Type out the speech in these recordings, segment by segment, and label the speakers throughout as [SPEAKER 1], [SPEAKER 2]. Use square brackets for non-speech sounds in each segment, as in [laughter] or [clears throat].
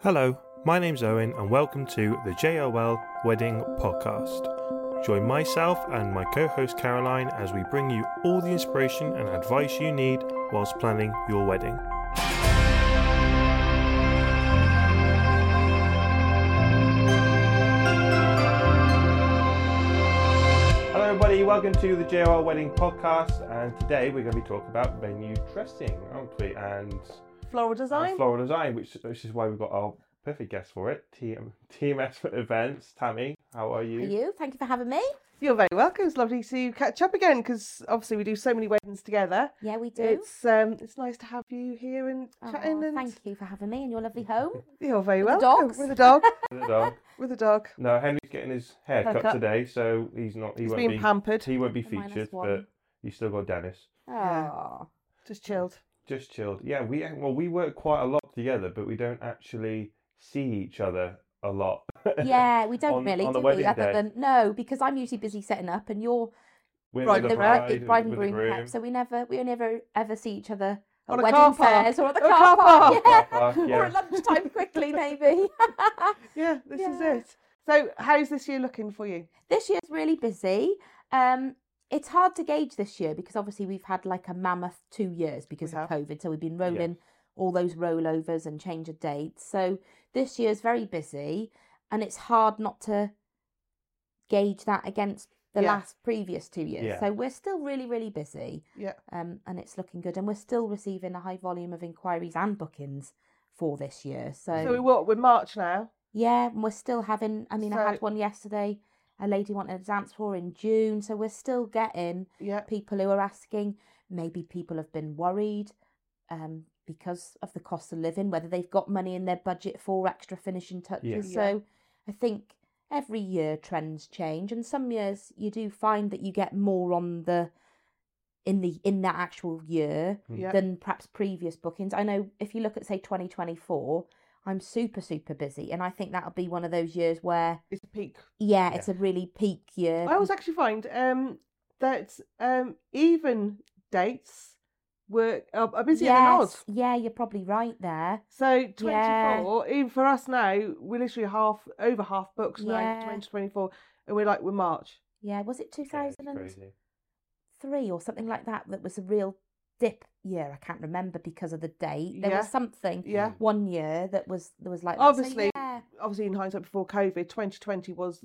[SPEAKER 1] Hello, my name's Owen, and welcome to the JOL Wedding Podcast. Join myself and my co host Caroline as we bring you all the inspiration and advice you need whilst planning your wedding. Hello, everybody, welcome to the JOL Wedding Podcast, and today we're going to be talking about venue dressing, aren't we? And
[SPEAKER 2] Floral design.
[SPEAKER 1] and floral design, which which is why we've got our perfect guest for it. TM, TMS events. Tammy, how are you?
[SPEAKER 2] Are you? Thank you for having me.
[SPEAKER 3] You're very welcome. It's lovely to catch up again because obviously we do so many weddings together.
[SPEAKER 2] Yeah, we do.
[SPEAKER 3] It's um, it's nice to have you here and
[SPEAKER 2] Oh,
[SPEAKER 3] chatting. and
[SPEAKER 2] Thank you for having me in your lovely home.
[SPEAKER 3] You're very
[SPEAKER 2] With the
[SPEAKER 3] welcome.
[SPEAKER 2] dogs.
[SPEAKER 3] With a
[SPEAKER 2] [laughs]
[SPEAKER 3] dog.
[SPEAKER 1] The dog.
[SPEAKER 3] with a dog.
[SPEAKER 1] No, Henry's getting his hair cut
[SPEAKER 3] Haircut.
[SPEAKER 1] today, so he's not. He
[SPEAKER 3] He's
[SPEAKER 1] won't
[SPEAKER 3] being
[SPEAKER 1] be.
[SPEAKER 3] pampered.
[SPEAKER 1] He won't be
[SPEAKER 2] The minus
[SPEAKER 1] featured, but
[SPEAKER 2] one.
[SPEAKER 1] you still got Dennis.
[SPEAKER 2] Oh,
[SPEAKER 3] Just
[SPEAKER 2] [laughs]
[SPEAKER 3] chilled.
[SPEAKER 1] Just chilled. Yeah, we well we work quite a lot together, but we don't actually see each other a lot. [laughs]
[SPEAKER 2] yeah, we don't
[SPEAKER 1] On-
[SPEAKER 2] really,
[SPEAKER 1] on the
[SPEAKER 2] do we?
[SPEAKER 1] wedding
[SPEAKER 2] Other
[SPEAKER 1] day.
[SPEAKER 2] than no, because I'm usually busy setting up, and you're
[SPEAKER 1] We're
[SPEAKER 3] Bride
[SPEAKER 1] with
[SPEAKER 3] and
[SPEAKER 1] the
[SPEAKER 3] groom,
[SPEAKER 1] bride,
[SPEAKER 2] the bride and
[SPEAKER 1] with the
[SPEAKER 2] groom,
[SPEAKER 1] [laughs]
[SPEAKER 2] prep, so we never, we never ever see each other at
[SPEAKER 3] On a car
[SPEAKER 2] wedding
[SPEAKER 3] park.
[SPEAKER 2] fairs or at the
[SPEAKER 3] Or a car
[SPEAKER 2] car, [laughs]
[SPEAKER 1] Car
[SPEAKER 2] park, yeah.
[SPEAKER 1] park,
[SPEAKER 2] or at
[SPEAKER 1] yeah.
[SPEAKER 2] lunchtime quickly maybe.
[SPEAKER 3] Yeah, this
[SPEAKER 2] Yeah.
[SPEAKER 3] is it. So, how's this year looking for you?
[SPEAKER 2] this year's really busy. Um, it's hard to gauge this year because obviously we've had like a mammoth two years because
[SPEAKER 3] We
[SPEAKER 2] of
[SPEAKER 3] have.
[SPEAKER 2] COVID. So we've been rolling all those rollovers and change of dates. So this year's very busy and it's hard not to gauge that against the
[SPEAKER 3] Yeah.
[SPEAKER 2] last previous two years.
[SPEAKER 1] Yeah.
[SPEAKER 2] So we're still really, really busy.
[SPEAKER 3] Yeah.
[SPEAKER 2] Um, and it's looking good. And we're still receiving a high volume of inquiries and bookings for this year.
[SPEAKER 3] So we're what? We're March now.
[SPEAKER 2] Yeah, and we're still having. I mean, I had
[SPEAKER 3] So-
[SPEAKER 2] one yesterday. A lady wanted a dance floor in June, so we're still getting
[SPEAKER 3] Yeah.
[SPEAKER 2] people who are asking. Maybe people have been worried um, because of the cost of living, whether they've got money in their budget for extra finishing touches.
[SPEAKER 3] Yeah.
[SPEAKER 2] So I think every year trends change, and some years you do find that you get more on the in the in that actual year
[SPEAKER 1] Hmm.
[SPEAKER 3] Yeah.
[SPEAKER 2] than perhaps previous bookings. I know if you look at say 2024, I'm super super busy, and I think that'll be one of those years where
[SPEAKER 3] It's a peak.
[SPEAKER 2] yeah, it's a really peak year.
[SPEAKER 3] I always actually find um that um even dates work are, are busier than odds.
[SPEAKER 2] Yes, yeah, you're probably right there.
[SPEAKER 3] So
[SPEAKER 2] Yeah.
[SPEAKER 3] 24, even for us now, we're literally half over half books now
[SPEAKER 2] Yeah.
[SPEAKER 3] for 2024, and we're like we're March.
[SPEAKER 2] Yeah, was it
[SPEAKER 1] Yeah, it's
[SPEAKER 2] 2003
[SPEAKER 1] crazy.
[SPEAKER 2] or something like that that was a real dip year? I can't remember because of the date. There was
[SPEAKER 3] Yeah.
[SPEAKER 2] something
[SPEAKER 3] Yeah,
[SPEAKER 2] one year that was there was like that. So,
[SPEAKER 3] Obviously,
[SPEAKER 2] yeah.
[SPEAKER 3] obviously in hindsight before COVID, 2020 was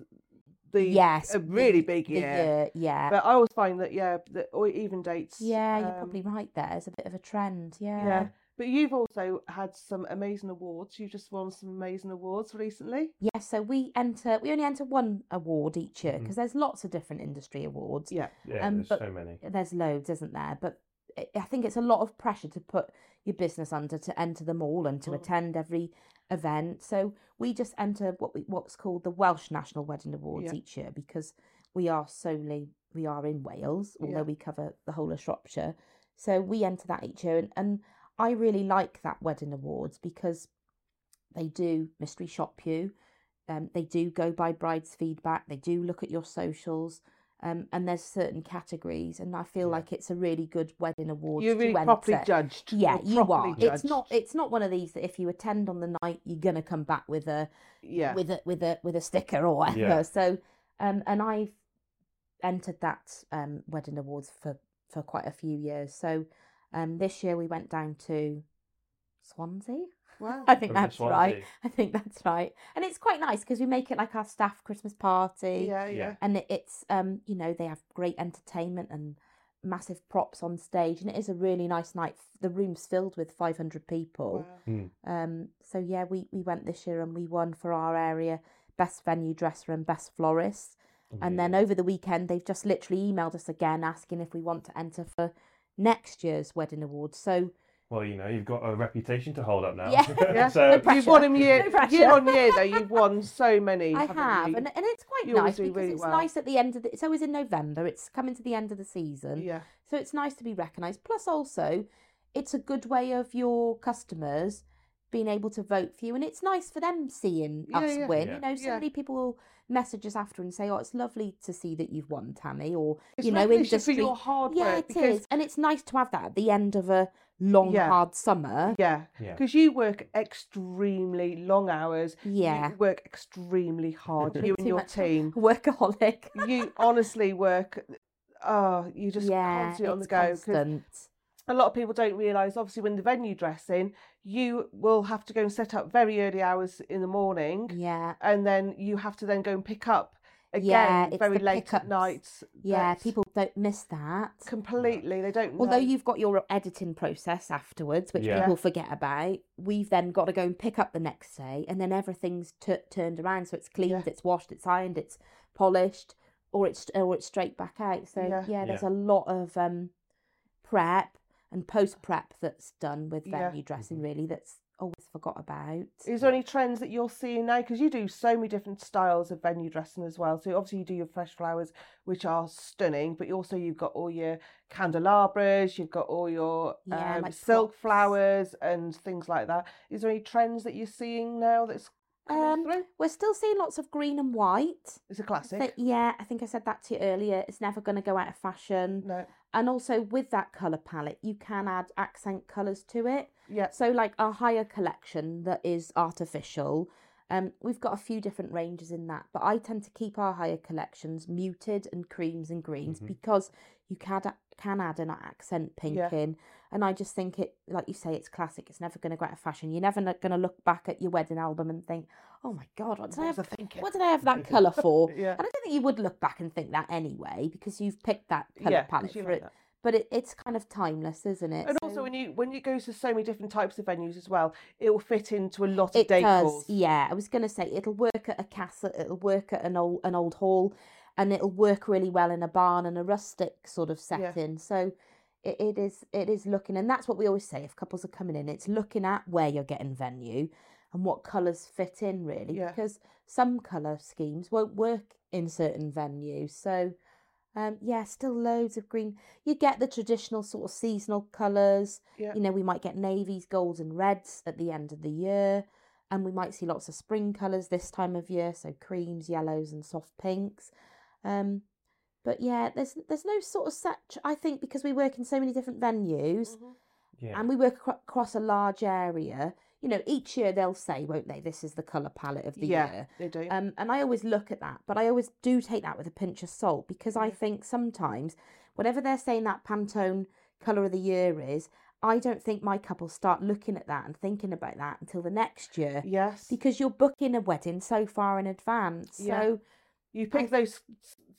[SPEAKER 3] the
[SPEAKER 2] yes,
[SPEAKER 3] a
[SPEAKER 2] the-
[SPEAKER 3] really big
[SPEAKER 2] the
[SPEAKER 3] year.
[SPEAKER 2] year, yeah.
[SPEAKER 3] But I always find that yeah, that or even dates.
[SPEAKER 2] yeah, you're
[SPEAKER 3] um,
[SPEAKER 2] probably right there. It's a bit of a trend.
[SPEAKER 3] yeah. But you've also had some amazing awards. You've just won some amazing awards recently.
[SPEAKER 2] Yeah, so we enter. We only enter one award each year
[SPEAKER 3] Mm-hmm.
[SPEAKER 1] Mhm.
[SPEAKER 2] because there's lots of different industry awards.
[SPEAKER 3] Yeah,
[SPEAKER 1] Yeah,
[SPEAKER 2] Um,
[SPEAKER 1] there's
[SPEAKER 2] but-
[SPEAKER 1] so
[SPEAKER 2] [laughs]
[SPEAKER 1] many.
[SPEAKER 2] There's loads, isn't there? But I- I think it's a lot of pressure to put your business under to enter them all and to
[SPEAKER 3] Mm.
[SPEAKER 2] attend every event. So we just enter what we what's called the Welsh National Wedding Awards
[SPEAKER 3] Yeah.
[SPEAKER 2] each year because we are solely we are in Wales, although
[SPEAKER 3] Yeah.
[SPEAKER 2] we cover the whole of Shropshire. So we enter that each year, and, and I really like that wedding awards because they do mystery shop you. Um, they do go by bride's feedback. They do look at your socials, um, and there's certain categories. And I feel
[SPEAKER 1] Yeah.
[SPEAKER 2] like it's a really good wedding award.
[SPEAKER 3] you're
[SPEAKER 2] to
[SPEAKER 3] really
[SPEAKER 2] enter.
[SPEAKER 3] properly judged.
[SPEAKER 2] Yeah,
[SPEAKER 3] You're
[SPEAKER 2] you are.
[SPEAKER 3] properly
[SPEAKER 2] It's not. It's not one of these that if you attend on the night, you're gonna come back with a
[SPEAKER 3] Yeah,
[SPEAKER 2] with a with a with a sticker or whatever.
[SPEAKER 1] Yeah.
[SPEAKER 2] So, um, and I've entered that um wedding awards for for quite a few years. So, um, this year we went down to Swansea.
[SPEAKER 3] wow.
[SPEAKER 2] I think
[SPEAKER 1] Over to
[SPEAKER 2] that's right.
[SPEAKER 1] Swansea.
[SPEAKER 2] [laughs] I think that's right, and it's quite nice because we make it like our staff Christmas party
[SPEAKER 3] yeah,
[SPEAKER 1] Yeah.
[SPEAKER 3] yeah.
[SPEAKER 2] and it, it's um you know they have great entertainment and massive props on stage and it is a really nice night the room's filled with 500 people
[SPEAKER 3] Wow.
[SPEAKER 2] um so yeah we we went this year and we won for our area best venue dresser and best florist and then
[SPEAKER 1] Amazing.
[SPEAKER 2] over the weekend they've just literally emailed us again asking if we want to enter for next year's wedding awards so
[SPEAKER 1] Well, you know, you've got a reputation to hold up now. [laughs]
[SPEAKER 2] Yeah.
[SPEAKER 3] [laughs] Yeah.
[SPEAKER 1] so,
[SPEAKER 2] pressure.
[SPEAKER 3] You've won them year,
[SPEAKER 2] No pressure.
[SPEAKER 3] year on year though. You've won so many.
[SPEAKER 2] I
[SPEAKER 3] haven't
[SPEAKER 2] have
[SPEAKER 3] you?
[SPEAKER 2] and, and it's quite
[SPEAKER 3] you always
[SPEAKER 2] nice
[SPEAKER 3] do
[SPEAKER 2] because
[SPEAKER 3] really
[SPEAKER 2] it's
[SPEAKER 3] well.
[SPEAKER 2] nice at the end of the it's always in November it's coming to the end of the season
[SPEAKER 3] Yeah,
[SPEAKER 2] So it's nice to be recognised. Plus, also, it's a good way of your customers being able to vote for you, and it's nice for them seeing
[SPEAKER 3] Yeah,
[SPEAKER 2] us
[SPEAKER 3] yeah.
[SPEAKER 2] win.
[SPEAKER 1] Yeah.
[SPEAKER 2] You know, so
[SPEAKER 3] Yeah.
[SPEAKER 2] many people will message us after and say, "Oh, it's lovely to see that you've won, Tammy," or
[SPEAKER 3] it's
[SPEAKER 2] you know,
[SPEAKER 3] recognition
[SPEAKER 2] industry.
[SPEAKER 3] for your hard
[SPEAKER 2] yeah,
[SPEAKER 3] work
[SPEAKER 2] it
[SPEAKER 3] because
[SPEAKER 2] is, and it's nice to have that at the end of a long,
[SPEAKER 3] Yeah.
[SPEAKER 2] hard summer.
[SPEAKER 3] Yeah,
[SPEAKER 1] Yeah.
[SPEAKER 3] because you work extremely long hours.
[SPEAKER 2] Yeah.
[SPEAKER 3] You work extremely hard,
[SPEAKER 1] Bit
[SPEAKER 3] you and
[SPEAKER 2] too
[SPEAKER 3] your
[SPEAKER 2] much.
[SPEAKER 3] team.
[SPEAKER 2] [laughs] Workaholic.
[SPEAKER 3] You honestly work, oh, you just
[SPEAKER 2] yeah,
[SPEAKER 3] constantly on the
[SPEAKER 2] it's
[SPEAKER 3] go. 'cause
[SPEAKER 2] constant.
[SPEAKER 3] a lot of people don't realise, obviously, when the venue dressing, you will have to go and set up very early hours in the morning,
[SPEAKER 2] Yeah,
[SPEAKER 3] and then you have to then go and pick up again
[SPEAKER 2] Yeah, it's
[SPEAKER 3] very
[SPEAKER 2] the
[SPEAKER 3] late
[SPEAKER 2] pickups.
[SPEAKER 3] at night.
[SPEAKER 2] yeah.
[SPEAKER 3] That's
[SPEAKER 2] People don't miss that.
[SPEAKER 3] completely, they don't. know.
[SPEAKER 2] Although you've got your editing process afterwards, which
[SPEAKER 1] Yeah.
[SPEAKER 2] people forget about, we've then got to go and pick up the next day, and then everything's tu- turned around. So it's cleaned,
[SPEAKER 3] Yeah.
[SPEAKER 2] it's washed, it's ironed, it's polished, or it's or it's straight back out. So yeah,
[SPEAKER 3] Yeah.
[SPEAKER 2] there's
[SPEAKER 1] Yeah.
[SPEAKER 2] a lot of um, prep and post prep that's done with
[SPEAKER 3] Yeah.
[SPEAKER 2] venue dressing. Really, that's always forgot about.
[SPEAKER 3] Is there any trends that you're seeing now? Because you do so many different styles of venue dressing as well. So obviously you do your fresh flowers, which are stunning, but you also you've got all your candelabras, you've got all your
[SPEAKER 2] Yeah,
[SPEAKER 3] um,
[SPEAKER 2] like
[SPEAKER 3] silk
[SPEAKER 2] props.
[SPEAKER 3] flowers and things like that. Is there any trends that you're seeing now that's coming
[SPEAKER 2] Um,
[SPEAKER 3] through?
[SPEAKER 2] We're still seeing lots of green and white.
[SPEAKER 3] It's a
[SPEAKER 2] So,
[SPEAKER 3] classic.
[SPEAKER 2] yeah, I think I said that to you earlier. It's never going to go out of fashion.
[SPEAKER 3] No,
[SPEAKER 2] And also with that colour palette, you can add accent colours to it.
[SPEAKER 3] yeah,
[SPEAKER 2] So like a higher collection that is artificial. Um, we've got a few different ranges in that, but I tend to keep our higher collections muted and creams and greens
[SPEAKER 1] Mhm.
[SPEAKER 2] because you can add, can add an accent pink
[SPEAKER 3] Mm-hmm. Yeah.
[SPEAKER 2] in, and I just think it, like you say, it's classic. It's never going to go out of fashion. You're never going to look back at your wedding album and think, "Oh my god, what did I
[SPEAKER 3] What was
[SPEAKER 2] have?
[SPEAKER 3] I thinking?
[SPEAKER 2] What did I have that colour for?"
[SPEAKER 3] [laughs] yeah,
[SPEAKER 2] And I don't think you would look back and think that anyway because you've picked that colour
[SPEAKER 3] yeah. 'cause
[SPEAKER 2] palette
[SPEAKER 3] you
[SPEAKER 2] for
[SPEAKER 3] like
[SPEAKER 2] it.
[SPEAKER 3] that.
[SPEAKER 2] But it, it's kind of timeless, isn't it?
[SPEAKER 3] And
[SPEAKER 2] So
[SPEAKER 3] also when you when it goes to so many different types of venues as well, it will fit into a lot of
[SPEAKER 2] it
[SPEAKER 3] decors.
[SPEAKER 2] does. Yeah, I was going to say it'll work at a castle, it'll work at an old an old hall, and it'll work really well in a barn and a rustic sort of
[SPEAKER 3] Yeah.
[SPEAKER 2] setting. So it, it is it is looking, and that's what we always say if couples are coming in, it's looking at where you're getting venue and what colours fit in really,
[SPEAKER 3] Yeah.
[SPEAKER 2] because some colour schemes won't work in certain venues. So. Um, yeah, still loads of green. You get the traditional sort of seasonal colours.
[SPEAKER 3] Yeah.
[SPEAKER 2] You know, we might get navies, golds, and reds at the end of the year, and we might see lots of spring colours this time of year, so creams, yellows, and soft pinks. Um, but yeah, there's there's no sort of such. I think because we work in so many different venues,
[SPEAKER 3] Mhm.
[SPEAKER 1] Yeah.
[SPEAKER 2] and we work acro- across a large area. You know, each year they'll say, won't they? This is the colour palette of the
[SPEAKER 3] Yeah,
[SPEAKER 2] year.
[SPEAKER 3] they do.
[SPEAKER 2] Um, and I always look at that, but I always do take that with a pinch of salt because I think sometimes, whatever they're saying that Pantone colour of the year is, I don't think my couple start looking at that and thinking about that until the next year
[SPEAKER 3] yes.
[SPEAKER 2] because you're booking a wedding so far in advance.
[SPEAKER 3] Yeah.
[SPEAKER 2] So,
[SPEAKER 3] You pick those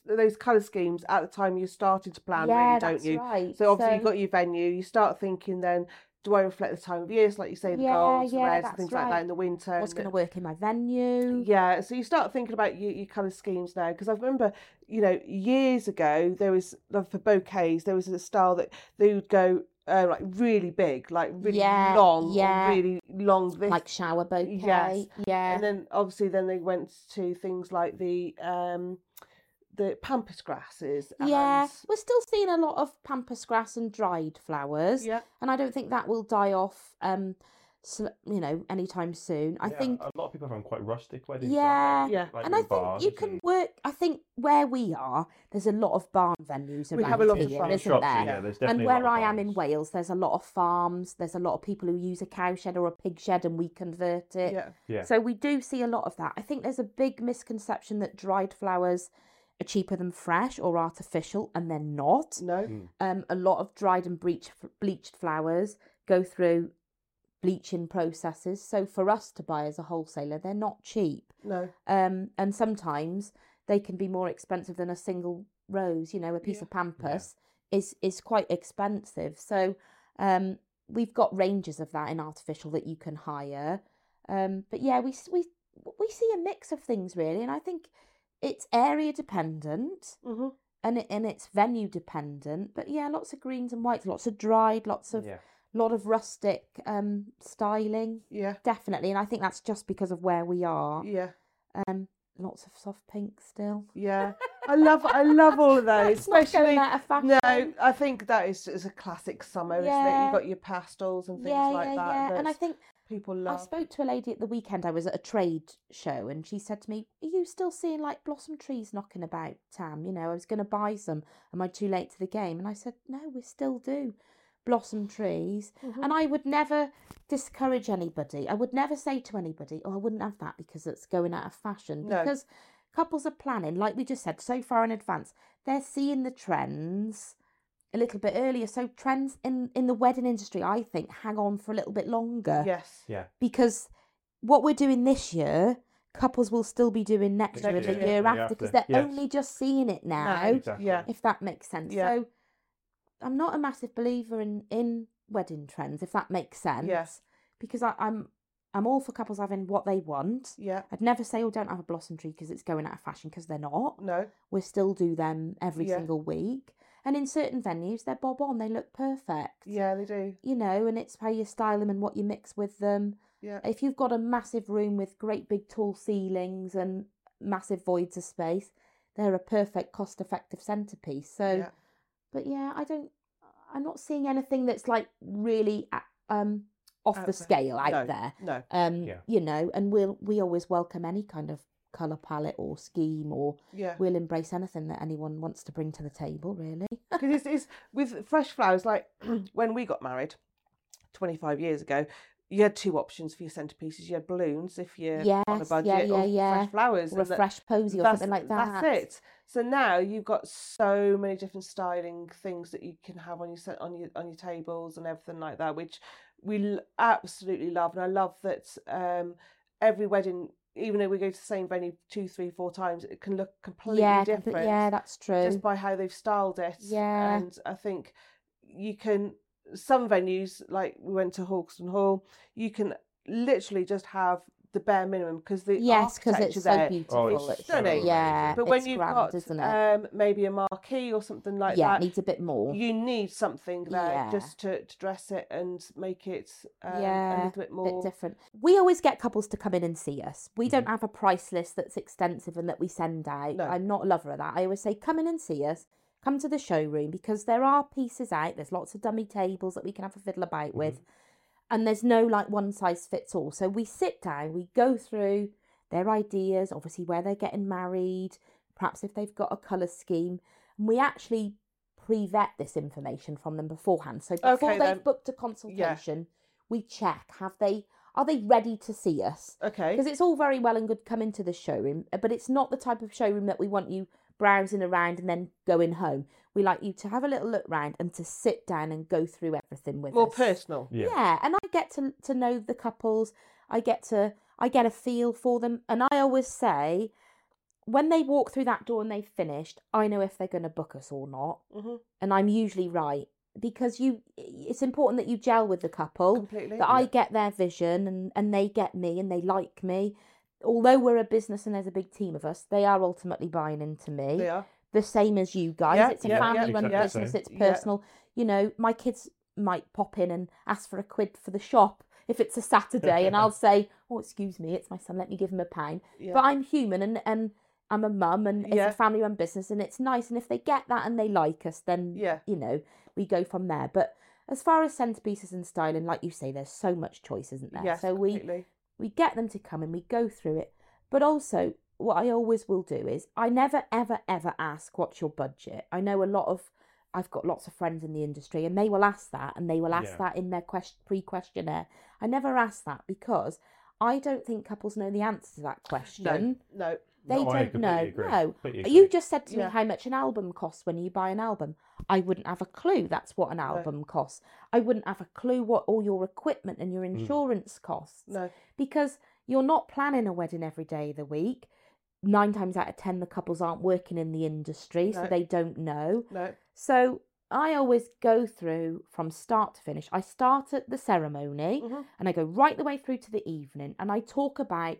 [SPEAKER 3] those colour schemes at the time you're starting to plan,
[SPEAKER 2] yeah,
[SPEAKER 3] really,
[SPEAKER 2] that's
[SPEAKER 3] don't you?
[SPEAKER 2] right.
[SPEAKER 3] So obviously you've got your venue. You start thinking then, do I reflect the time of year? So like you say, the
[SPEAKER 2] Yeah,
[SPEAKER 3] golds, the
[SPEAKER 2] yeah,
[SPEAKER 3] reds,
[SPEAKER 2] that's
[SPEAKER 3] and things like
[SPEAKER 2] right.
[SPEAKER 3] that in the winter.
[SPEAKER 2] what's
[SPEAKER 3] and
[SPEAKER 2] going to
[SPEAKER 3] the-
[SPEAKER 2] work in my venue?
[SPEAKER 3] Yeah, so you start thinking about your, your colour schemes now because I remember, you know, years ago there was like, for bouquets there was a style that they would go uh, like really big, like really
[SPEAKER 2] Yeah,
[SPEAKER 3] long, or
[SPEAKER 2] yeah.
[SPEAKER 3] really long. This
[SPEAKER 2] Like shower bouquet.
[SPEAKER 3] Yes.
[SPEAKER 2] Yeah.
[SPEAKER 3] and then obviously then they went to things like the um the pampas grasses and
[SPEAKER 2] yeah, we're still seeing a lot of pampas grass and dried flowers.
[SPEAKER 3] yeah
[SPEAKER 2] and I don't think that will die off. Um, sl- you know, anytime soon. I
[SPEAKER 1] Yeah,
[SPEAKER 2] think,
[SPEAKER 1] a lot of people have quite rustic weddings. aren't they?
[SPEAKER 3] Yeah.
[SPEAKER 1] Like
[SPEAKER 2] and I
[SPEAKER 1] with
[SPEAKER 2] think you
[SPEAKER 1] bars
[SPEAKER 2] can
[SPEAKER 1] and-
[SPEAKER 2] work. I think where we are, there's a lot of barn venues around
[SPEAKER 3] We have a lot of
[SPEAKER 2] here,
[SPEAKER 3] farms.
[SPEAKER 1] in
[SPEAKER 2] isn't
[SPEAKER 1] Shropshire,
[SPEAKER 2] there?
[SPEAKER 1] Yeah, there's definitely
[SPEAKER 2] And
[SPEAKER 1] a lot
[SPEAKER 2] where
[SPEAKER 1] of
[SPEAKER 2] I am in
[SPEAKER 1] farms.
[SPEAKER 2] Wales, there's a lot of farms. There's a lot of people who use a cow shed or a pig shed, and we convert it.
[SPEAKER 3] yeah
[SPEAKER 1] Yeah.
[SPEAKER 2] So we do see a lot of that. I think there's a big misconception that dried flowers are cheaper than fresh or artificial, and they're not
[SPEAKER 3] no
[SPEAKER 2] um, a lot of dried and bleached bleached flowers go through bleaching processes. So for us to buy as a wholesaler, they're not cheap,
[SPEAKER 3] no
[SPEAKER 2] um, and sometimes they can be more expensive than a single rose. You know, a piece
[SPEAKER 3] Yeah.
[SPEAKER 2] of pampas is is quite expensive. So um, we've got ranges of that in artificial that you can hire. Um, but yeah, we s- we we see a mix of things really, and I think it's area dependent
[SPEAKER 3] hmm
[SPEAKER 2] and it, and it's venue dependent. But yeah, lots of greens and whites, lots of dried, lots of
[SPEAKER 1] yeah.
[SPEAKER 2] lot of rustic um styling,
[SPEAKER 3] yeah
[SPEAKER 2] definitely. And I think that's just because of where we are.
[SPEAKER 3] yeah
[SPEAKER 2] Um, lots of soft pink still.
[SPEAKER 3] yeah i love i love all of those
[SPEAKER 2] [laughs] That's not
[SPEAKER 3] especially
[SPEAKER 2] going out of fashion.
[SPEAKER 3] no i think that is, is a classic summer isn't it
[SPEAKER 2] Yeah.
[SPEAKER 3] you've got your pastels and things
[SPEAKER 2] yeah,
[SPEAKER 3] like
[SPEAKER 2] yeah,
[SPEAKER 3] that
[SPEAKER 2] yeah. And I
[SPEAKER 3] that
[SPEAKER 2] think
[SPEAKER 3] people
[SPEAKER 2] I
[SPEAKER 3] love
[SPEAKER 2] spoke to a lady at the weekend. I was at a trade show, and she said to me, "Are you still seeing like blossom trees knocking about, Tam? You know, I was going to buy some. Am I too late to the game?" And I said, "No, we still do." blossom trees.
[SPEAKER 3] Mm-hmm.
[SPEAKER 2] And I would never discourage anybody. I would never say to anybody, oh, I wouldn't have that because it's going out of fashion.
[SPEAKER 3] No.
[SPEAKER 2] Because couples are planning, like we just said, so far in advance. They're seeing the trends a little bit earlier. So trends in, in the wedding industry, I think, hang on for a little bit longer
[SPEAKER 3] Yes.
[SPEAKER 2] uh,
[SPEAKER 1] Yeah.
[SPEAKER 2] because what we're doing this year, couples will still be doing next year
[SPEAKER 1] Next
[SPEAKER 2] and the
[SPEAKER 3] year,
[SPEAKER 2] year
[SPEAKER 1] yeah.
[SPEAKER 2] after because
[SPEAKER 1] Yeah.
[SPEAKER 2] they're
[SPEAKER 1] Yes.
[SPEAKER 2] only just seeing it now,
[SPEAKER 3] Now.
[SPEAKER 1] Exactly.
[SPEAKER 3] Yeah.
[SPEAKER 2] if that makes sense.
[SPEAKER 3] Yeah.
[SPEAKER 2] So I'm not a massive believer in, in wedding trends, if that makes sense.
[SPEAKER 3] Yeah.
[SPEAKER 2] Because I, I'm I'm all for couples having what they want.
[SPEAKER 3] Yeah.
[SPEAKER 2] I'd never say, oh, don't have a blossom tree because it's going out of fashion because they're not.
[SPEAKER 3] No.
[SPEAKER 2] We still do them every
[SPEAKER 3] Yeah.
[SPEAKER 2] single week. And in certain venues, they're bob on, they look perfect.
[SPEAKER 3] Yeah, they do.
[SPEAKER 2] You know, and it's how you style them and what you mix with them
[SPEAKER 3] Yeah.
[SPEAKER 2] if you've got a massive room with great big tall ceilings and massive voids of space, they're a perfect cost effective centerpiece. So,
[SPEAKER 3] yeah.
[SPEAKER 2] but yeah, I don't, I'm not seeing anything that's like really uh, um off
[SPEAKER 3] Out there.
[SPEAKER 2] the scale out
[SPEAKER 3] No.
[SPEAKER 2] there.
[SPEAKER 3] No.
[SPEAKER 2] Um,
[SPEAKER 1] Yeah.
[SPEAKER 2] you know, and we'll we always welcome any kind of color palette or scheme, or
[SPEAKER 3] Yeah.
[SPEAKER 2] we'll embrace anything that anyone wants to bring to the table. Really,
[SPEAKER 3] because it's, it's with fresh flowers like [clears throat] when we got married 25 years ago you had two options for your centerpieces you had balloons if you're on a
[SPEAKER 2] Yes, yeah,
[SPEAKER 3] budget
[SPEAKER 2] yeah,
[SPEAKER 3] or
[SPEAKER 2] yeah.
[SPEAKER 3] fresh flowers
[SPEAKER 2] or a
[SPEAKER 3] and that-
[SPEAKER 2] fresh posy or
[SPEAKER 3] that's-
[SPEAKER 2] something like that.
[SPEAKER 3] that's it so now you've got so many different styling things that you can have on your set on your on your tables and everything like that which we l- absolutely love and i love that um every wedding even though we go to the same venue two three four times it can look completely
[SPEAKER 2] yeah,
[SPEAKER 3] different
[SPEAKER 2] complete- yeah, that's true.
[SPEAKER 3] just by how they've styled it.
[SPEAKER 2] Yeah.
[SPEAKER 3] And I think you can some venues like we went to Hawkston Hall, you can literally just have the bare minimum because the
[SPEAKER 2] yes, because
[SPEAKER 3] architecture
[SPEAKER 2] it's so
[SPEAKER 3] there.
[SPEAKER 2] beautiful.
[SPEAKER 1] Oh,
[SPEAKER 3] it's stunning.
[SPEAKER 2] Yeah,
[SPEAKER 3] but when
[SPEAKER 2] it's
[SPEAKER 3] you've
[SPEAKER 2] grand,
[SPEAKER 3] got
[SPEAKER 2] isn't it?
[SPEAKER 3] um maybe a marquee or something like
[SPEAKER 2] yeah, it
[SPEAKER 3] that,
[SPEAKER 2] needs a bit more.
[SPEAKER 3] you need something there
[SPEAKER 2] Yeah.
[SPEAKER 3] just to, to dress it and make it um,
[SPEAKER 2] Yeah,
[SPEAKER 3] a little bit
[SPEAKER 2] a
[SPEAKER 3] more Mm-hmm.
[SPEAKER 2] bit different. We always get couples to come in and see us. We don't have a price list that's extensive and that we send out.
[SPEAKER 3] No.
[SPEAKER 2] I'm not a lover of that. I always say, come in and see us. Come to the showroom because there are pieces out. There's lots of dummy tables that we can have a fiddle about
[SPEAKER 3] Mm-hmm.
[SPEAKER 2] with, and there's no like one size fits all. So we sit down, we go through their ideas, obviously where they're getting married, perhaps if they've got a colour scheme. And we actually pre vet this information from them beforehand. So before they've
[SPEAKER 3] then.
[SPEAKER 2] booked a consultation, we check have they are they ready to see us?
[SPEAKER 3] Okay.
[SPEAKER 2] Because it's all very well and good coming to the showroom, uh, but it's not the type of showroom that we want you browsing around and then going home. We like you to have a little look round and to sit down and go through everything with
[SPEAKER 3] More
[SPEAKER 2] us.
[SPEAKER 3] personal.
[SPEAKER 1] Yeah.
[SPEAKER 2] Yeah, and I get to to know the couples. I get to I get a feel for them, and I always say when they walk through that door and they've finished, I know if they're going to book us or not,
[SPEAKER 3] hmm
[SPEAKER 2] and I'm usually right because you. It's important that you gel with the couple
[SPEAKER 3] Completely.
[SPEAKER 2] that I get their vision and, and they get me and they like me. Although we're a business and there's a big team of us, they are ultimately buying into me.
[SPEAKER 3] They are.
[SPEAKER 2] The same as you guys.
[SPEAKER 3] Yeah,
[SPEAKER 2] it's a
[SPEAKER 1] yeah,
[SPEAKER 2] family run
[SPEAKER 1] exactly the
[SPEAKER 2] business,
[SPEAKER 1] same.
[SPEAKER 2] it's
[SPEAKER 3] Yeah.
[SPEAKER 2] personal. You know, my kids might pop in and ask for a quid for the shop if it's a Saturday,
[SPEAKER 3] [laughs]
[SPEAKER 2] and I'll say, Oh, excuse me, it's my son, let me give him a pound.
[SPEAKER 3] Yeah.
[SPEAKER 2] But I'm human and, and I'm a mum and
[SPEAKER 3] Yeah.
[SPEAKER 2] it's a family run business and it's nice. And if they get that and they like us, then
[SPEAKER 3] Yeah.
[SPEAKER 2] you know, we go from there. But as far as centerpieces and styling, like you say, there's so much choice, isn't there?
[SPEAKER 3] Yes,
[SPEAKER 2] so we
[SPEAKER 3] completely.
[SPEAKER 2] we get them to come and we go through it. But also, what I always will do is I never, ever, ever ask what's your budget. I know a lot of I've got lots of friends in the industry, and they will ask that, and they will ask
[SPEAKER 1] Yeah.
[SPEAKER 2] that in their quest- pre-questionnaire. I never ask that because I don't think couples know the answer to that question.
[SPEAKER 3] No.
[SPEAKER 2] They
[SPEAKER 1] No, I
[SPEAKER 2] don't
[SPEAKER 1] completely
[SPEAKER 2] know.
[SPEAKER 1] agree.
[SPEAKER 2] No,
[SPEAKER 1] Completely
[SPEAKER 2] you
[SPEAKER 1] agree.
[SPEAKER 2] just said to
[SPEAKER 3] Yeah.
[SPEAKER 2] me how much an album costs when you buy an album. I wouldn't have a clue that's what an album costs. I wouldn't have a clue what all your equipment and your
[SPEAKER 1] Hmm.
[SPEAKER 2] insurance costs
[SPEAKER 3] No.
[SPEAKER 2] because you're not planning a wedding every day of the week. Nine times out of ten, the couples aren't working in the industry, so
[SPEAKER 3] No.
[SPEAKER 2] they don't know.
[SPEAKER 3] No.
[SPEAKER 2] So I always go through from start to finish. I start at the ceremony
[SPEAKER 3] Mhm.
[SPEAKER 2] and I go right the way through to the evening, and I talk about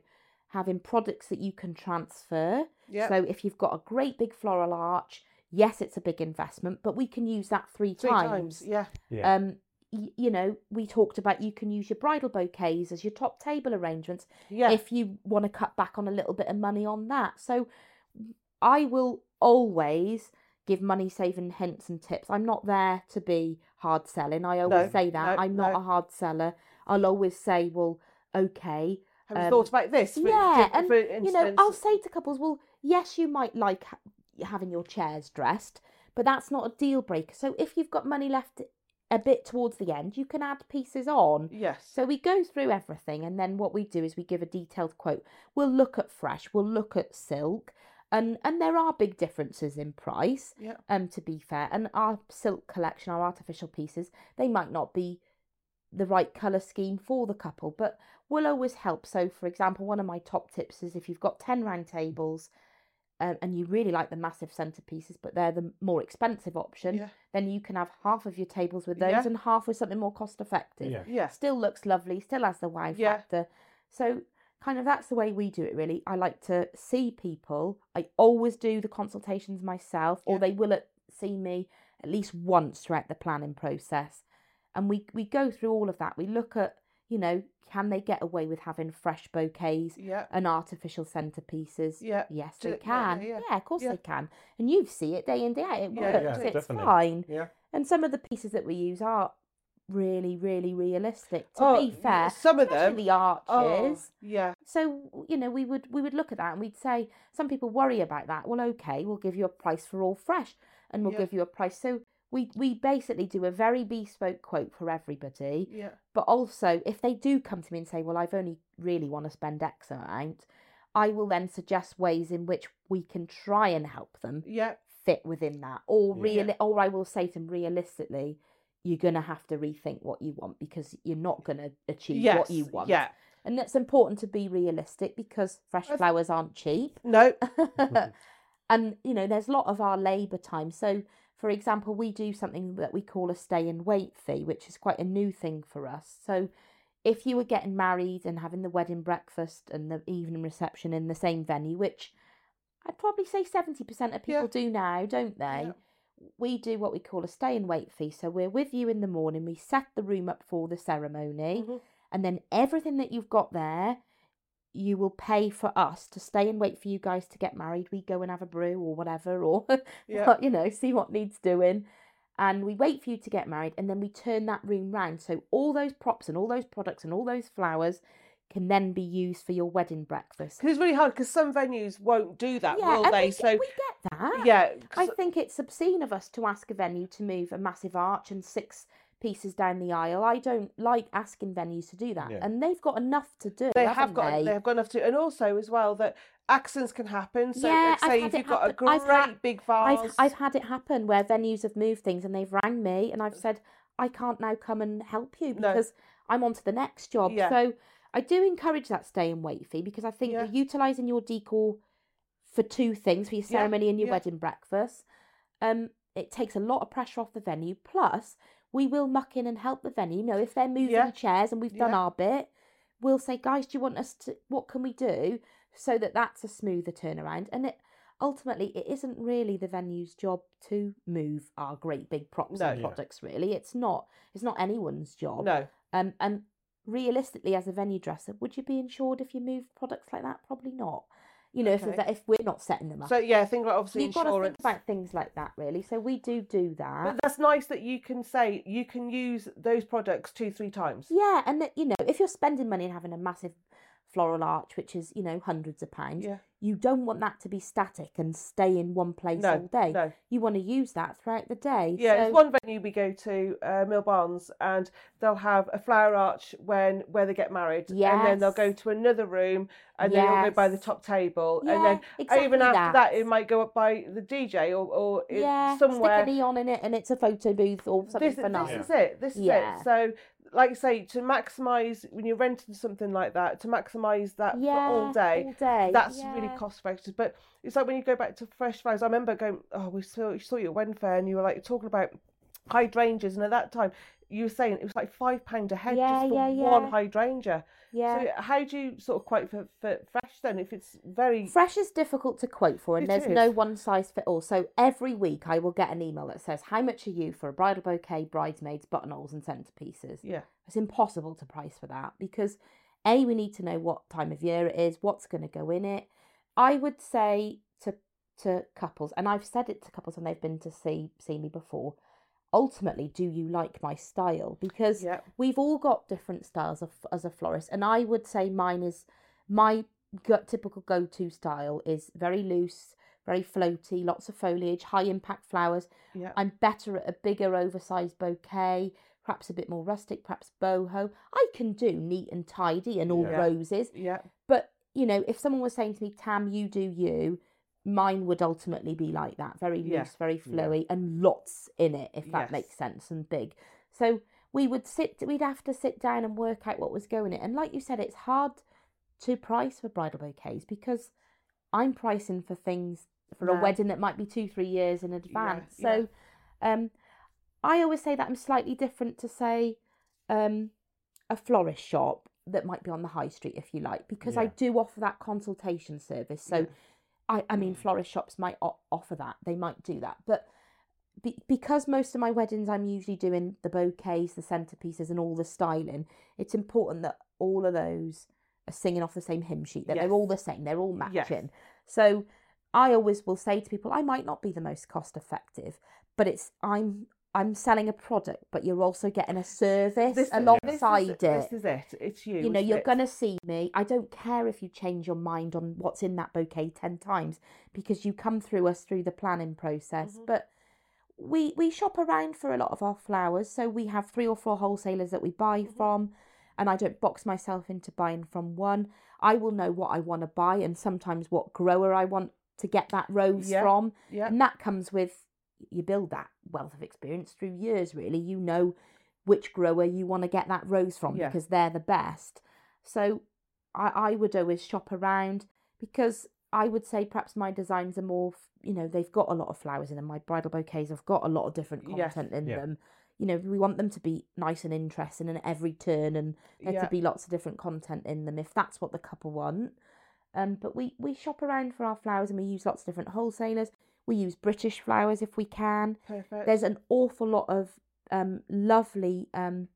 [SPEAKER 2] having products that you can transfer.
[SPEAKER 3] Yeah.
[SPEAKER 2] So if you've got a great big floral arch, yes, it's a big investment, but we can use that three,
[SPEAKER 3] Three times. Yeah.
[SPEAKER 1] Yeah.
[SPEAKER 2] um y- you know we talked about you can use your bridal bouquets as your top table arrangements
[SPEAKER 3] Yeah.
[SPEAKER 2] if you want to cut back on a little bit of money on that so i will always give money saving hints and tips i'm not there to be hard selling i always
[SPEAKER 3] No,
[SPEAKER 2] say that
[SPEAKER 3] no,
[SPEAKER 2] i'm not
[SPEAKER 3] no.
[SPEAKER 2] a hard seller i'll always say well okay
[SPEAKER 3] Have you
[SPEAKER 2] Um,
[SPEAKER 3] thought about this? For,
[SPEAKER 2] yeah,
[SPEAKER 3] for,
[SPEAKER 2] and,
[SPEAKER 3] for
[SPEAKER 2] you know, I'll
[SPEAKER 3] instance?
[SPEAKER 2] say to couples, well, yes, you might like ha- having your chairs dressed, but that's not a deal breaker. So if you've got money left a bit towards the end, you can add pieces on.
[SPEAKER 3] Yes.
[SPEAKER 2] So we go through everything, and then what we do is we give a detailed quote. We'll look at fresh, we'll look at silk, and and there are big differences in price.
[SPEAKER 3] Yeah.
[SPEAKER 2] Um, to be fair, and our silk collection, our artificial pieces, they might not be the right color scheme for the couple, but will always help. So, for example, one of my top tips is if you've got ten round tables. Um, and you really like the massive centerpieces, but they're the more expensive option.
[SPEAKER 3] Yeah.
[SPEAKER 2] Then you can have half of your tables with those
[SPEAKER 3] Yeah.
[SPEAKER 2] and half with something more cost effective
[SPEAKER 1] Yeah.
[SPEAKER 3] Yes.
[SPEAKER 2] still looks lovely, still has the wow
[SPEAKER 3] Yeah.
[SPEAKER 2] factor. So kind of that's the way we do it really. I like to see people. I always do the consultations myself, or
[SPEAKER 3] Yeah.
[SPEAKER 2] they will at, see me at least once throughout the planning process. And we we go through all of that. We look at, you know, can they get away with having fresh bouquets
[SPEAKER 3] Yeah.
[SPEAKER 2] and artificial centerpieces?
[SPEAKER 3] Yeah.
[SPEAKER 2] Yes,
[SPEAKER 3] Do
[SPEAKER 2] they
[SPEAKER 3] it- yeah,
[SPEAKER 2] can.
[SPEAKER 3] yeah, yeah.
[SPEAKER 2] of course
[SPEAKER 3] Yeah.
[SPEAKER 2] they can. And you see it day in day out. It
[SPEAKER 3] Yeah,
[SPEAKER 2] works.
[SPEAKER 3] yeah,
[SPEAKER 2] it's
[SPEAKER 1] definitely.
[SPEAKER 2] fine.
[SPEAKER 1] Yeah.
[SPEAKER 2] And some of the pieces that we use are really, really realistic. To
[SPEAKER 3] Oh,
[SPEAKER 2] be fair,
[SPEAKER 3] some of them.
[SPEAKER 2] especially the arches.
[SPEAKER 3] Oh, yeah.
[SPEAKER 2] So you know, we would we would look at that and we'd say some people worry about that. Well, okay, we'll give you a price for all fresh, and we'll
[SPEAKER 3] Yeah.
[SPEAKER 2] give you a price. So we we basically do a very bespoke quote for everybody.
[SPEAKER 3] Yeah.
[SPEAKER 2] But also, if they do come to me and say, "Well, I've only really want to spend X amount," I will then suggest ways in which we can try and help them
[SPEAKER 3] Yeah.
[SPEAKER 2] fit within that or
[SPEAKER 1] Yeah.
[SPEAKER 2] real or I will say to them realistically you're going to have to rethink what you want because you're not going to achieve
[SPEAKER 3] Yes.
[SPEAKER 2] what you want
[SPEAKER 3] Yeah.
[SPEAKER 2] and it's important to be realistic because fresh
[SPEAKER 3] I've-
[SPEAKER 2] flowers aren't cheap
[SPEAKER 3] No. [laughs]
[SPEAKER 2] [laughs] and you know there's a lot of our labor time so for example we do something that we call a stay and wait fee which is quite a new thing for us so if you were getting married and having the wedding breakfast and the evening reception in the same venue which i'd probably say 70% of people
[SPEAKER 3] Yeah.
[SPEAKER 2] do now don't they
[SPEAKER 3] [laughs] Yeah.
[SPEAKER 2] we do what we call a stay and wait fee so we're with you in the morning we set the room up for the ceremony
[SPEAKER 3] Mhm.
[SPEAKER 2] and then everything that you've got there you will pay for us to stay and wait for you guys to get married we go and have a brew or whatever or [laughs]
[SPEAKER 3] Yeah.
[SPEAKER 2] you know see what needs doing and we wait for you to get married and then we turn that room round so all those props and all those products and all those flowers can then be used for your wedding breakfast
[SPEAKER 3] 'Cause it's really hard because some venues won't do that,
[SPEAKER 2] yeah
[SPEAKER 3] will
[SPEAKER 2] and
[SPEAKER 3] they?
[SPEAKER 2] we, get,
[SPEAKER 3] So
[SPEAKER 2] we get that
[SPEAKER 3] yeah. 'cause-
[SPEAKER 2] I think it's obscene of us to ask a venue to move a massive arch and six pieces down the aisle. I don't like asking venues to do that,
[SPEAKER 1] Yeah.
[SPEAKER 2] and they've got enough to do.
[SPEAKER 3] they
[SPEAKER 2] haven't
[SPEAKER 3] have got
[SPEAKER 2] They?
[SPEAKER 3] they have got enough to and also as well that accidents can happen so
[SPEAKER 2] Yeah,
[SPEAKER 3] like,
[SPEAKER 2] I've
[SPEAKER 3] say
[SPEAKER 2] had
[SPEAKER 3] if
[SPEAKER 2] it
[SPEAKER 3] you've got a
[SPEAKER 2] happen.
[SPEAKER 3] great
[SPEAKER 2] I've had-
[SPEAKER 3] big vase
[SPEAKER 2] I've I've had it happen where venues have moved things and they've rang me and I've said I can't now come and help you
[SPEAKER 3] No.
[SPEAKER 2] because I'm on to the next job.
[SPEAKER 3] Yeah.
[SPEAKER 2] So I do encourage that stay and wait fee because I think
[SPEAKER 3] Yeah.
[SPEAKER 2] you're utilising your decor for two things for your
[SPEAKER 3] Yeah,
[SPEAKER 2] ceremony and your
[SPEAKER 3] yeah.
[SPEAKER 2] wedding breakfast. Um, it takes a lot of pressure off the venue. Plus, we will muck in and help the venue. You know, if they're moving
[SPEAKER 3] Yeah.
[SPEAKER 2] chairs and we've done
[SPEAKER 3] Yeah.
[SPEAKER 2] our bit, we'll say, guys, do you want us to? What can we do so that that's a smoother turnaround? And it ultimately it isn't really the venue's job to move our great big props
[SPEAKER 3] No.
[SPEAKER 2] and
[SPEAKER 1] Yeah.
[SPEAKER 2] products really it's not it's not anyone's job
[SPEAKER 3] no
[SPEAKER 2] um, and realistically as a venue dresser would you be insured if you moved products like that probably not you know
[SPEAKER 3] Okay.
[SPEAKER 2] if, that- if we're not setting them up
[SPEAKER 3] so yeah think about obviously
[SPEAKER 2] you've got to
[SPEAKER 3] insurance
[SPEAKER 2] think about things like that really so we do do that
[SPEAKER 3] but that's nice that you can say you can use those products two three times
[SPEAKER 2] yeah and that, you know if you're spending money and having a massive floral arch which is you know hundreds of pounds
[SPEAKER 3] Yeah.
[SPEAKER 2] you don't want that to be static and stay in one place
[SPEAKER 3] no
[SPEAKER 2] all day
[SPEAKER 3] no
[SPEAKER 2] you want to use that throughout the day
[SPEAKER 3] yeah
[SPEAKER 2] so...
[SPEAKER 3] there's one venue we go to uh, mill barnes and they'll have a flower arch when where they get married and then they'll go
[SPEAKER 2] Yes.
[SPEAKER 3] to another room and then they'll go by the
[SPEAKER 2] Yes.
[SPEAKER 3] top table
[SPEAKER 2] Yeah,
[SPEAKER 3] and then
[SPEAKER 2] exactly
[SPEAKER 3] even after that. it might go up by the dj or, or it-
[SPEAKER 2] yeah,
[SPEAKER 3] somewhere
[SPEAKER 2] stick a neon in it, and it's a photo booth or something
[SPEAKER 3] this,
[SPEAKER 2] for night.
[SPEAKER 3] this is it. This
[SPEAKER 2] Yeah.
[SPEAKER 3] is it. So, like I say, to maximise when you're renting something like that, to maximise that
[SPEAKER 2] yeah,
[SPEAKER 3] for all day,
[SPEAKER 2] day,
[SPEAKER 3] that's
[SPEAKER 2] yeah.
[SPEAKER 3] really cost effective. But it's like when you go back to fresh flowers. I remember going, oh, we saw, saw you at Wen Fair, and you were like talking about hydrangeas, and at that time you were saying it was like five pound a head
[SPEAKER 2] Yeah,
[SPEAKER 3] just for
[SPEAKER 2] yeah, yeah.
[SPEAKER 3] one hydrangea.
[SPEAKER 2] Yeah,
[SPEAKER 3] So how do you sort of quote for, for fresh then if it's very
[SPEAKER 2] fresh is difficult to quote for, and
[SPEAKER 3] It
[SPEAKER 2] there's no
[SPEAKER 3] is.
[SPEAKER 2] one size fit all. So every week I will get an email that says, "How much are you for a bridal bouquet, bridesmaids, buttonholes, and centerpieces?"
[SPEAKER 3] yeah
[SPEAKER 2] It's impossible to price for that because a we need to know what time of year it is, what's going to go in it. I would say to to couples, and I've said it to couples when they've been to see see me before. Ultimately, do you like my style? Because
[SPEAKER 3] yeah
[SPEAKER 2] we've all got different styles of, as a florist and i would say mine is my gut typical go-to style is very loose very floaty, lots of foliage, high impact flowers.
[SPEAKER 3] Yeah.
[SPEAKER 2] I'm better at a bigger, oversized bouquet, perhaps a bit more rustic, perhaps boho. I can do neat and tidy and all
[SPEAKER 1] Yeah.
[SPEAKER 2] roses,
[SPEAKER 3] Yeah.
[SPEAKER 2] but you know, if someone was saying to me, Tam, you do you, mine would ultimately be like that very
[SPEAKER 3] Yeah.
[SPEAKER 2] loose, very
[SPEAKER 1] Yeah.
[SPEAKER 2] flowy, and lots in it, if that
[SPEAKER 3] Yes.
[SPEAKER 2] makes sense, and big. So we would sit, we'd have to sit down and work out what was going in. And like you said, it's hard to price for bridal bouquets because I'm pricing for things for a
[SPEAKER 3] Now.
[SPEAKER 2] wedding that might be two, three years in advance.
[SPEAKER 3] yeah.
[SPEAKER 2] So um, I always say that I'm slightly different to say um, a florist shop that might be on the high street, if you like, because I
[SPEAKER 1] Yeah.
[SPEAKER 2] do offer that consultation service. So
[SPEAKER 3] Yeah.
[SPEAKER 2] I, I mean, florist shops might o- offer that. They might do that. But be- because most of my weddings, I'm usually doing the bouquets, the centerpieces, and all the styling, it's important that all of those are singing off the same hymn sheet, that
[SPEAKER 3] Yes.
[SPEAKER 2] they're all the same, they're all
[SPEAKER 3] Yes.
[SPEAKER 2] matching. So I always will say to people, I might not be the most cost effective, but it's I'm I'm selling a product, but you're also getting a service alongside
[SPEAKER 3] this is,
[SPEAKER 2] it.
[SPEAKER 3] This is it. It's you.
[SPEAKER 2] you know,
[SPEAKER 3] isn't
[SPEAKER 2] you're
[SPEAKER 3] it?
[SPEAKER 2] going to see me. I don't care if you change your mind on what's in that bouquet 10 times because you come through us through the planning process.
[SPEAKER 3] Mhm.
[SPEAKER 2] But we we shop around for a lot of our flowers, so we have three or four wholesalers that we buy
[SPEAKER 3] Mhm.
[SPEAKER 2] from, and I don't box myself into buying from one. I will know what I want to buy and sometimes what grower I want to get that rose
[SPEAKER 3] Yeah.
[SPEAKER 2] from.
[SPEAKER 3] Yeah.
[SPEAKER 2] And that comes with you build that wealth of experience through years, really. You know which grower you want to get that rose from
[SPEAKER 3] Yeah.
[SPEAKER 2] because they're the best. So I, I would always shop around because I would say perhaps my designs are more, f- you know, they've got a lot of flowers in them. My bridal bouquets have got a lot of different
[SPEAKER 3] Yes.
[SPEAKER 2] content in
[SPEAKER 1] Yeah.
[SPEAKER 2] them. You know, we want them to be nice and interesting and every turn and there
[SPEAKER 3] Yeah.
[SPEAKER 2] to be lots of different content in them if that's what the couple want. Um, but we, we shop around for our flowers and we use lots of different wholesalers. We use British flowers if we can.
[SPEAKER 3] Perfect.
[SPEAKER 2] There's an awful lot of um, lovely um,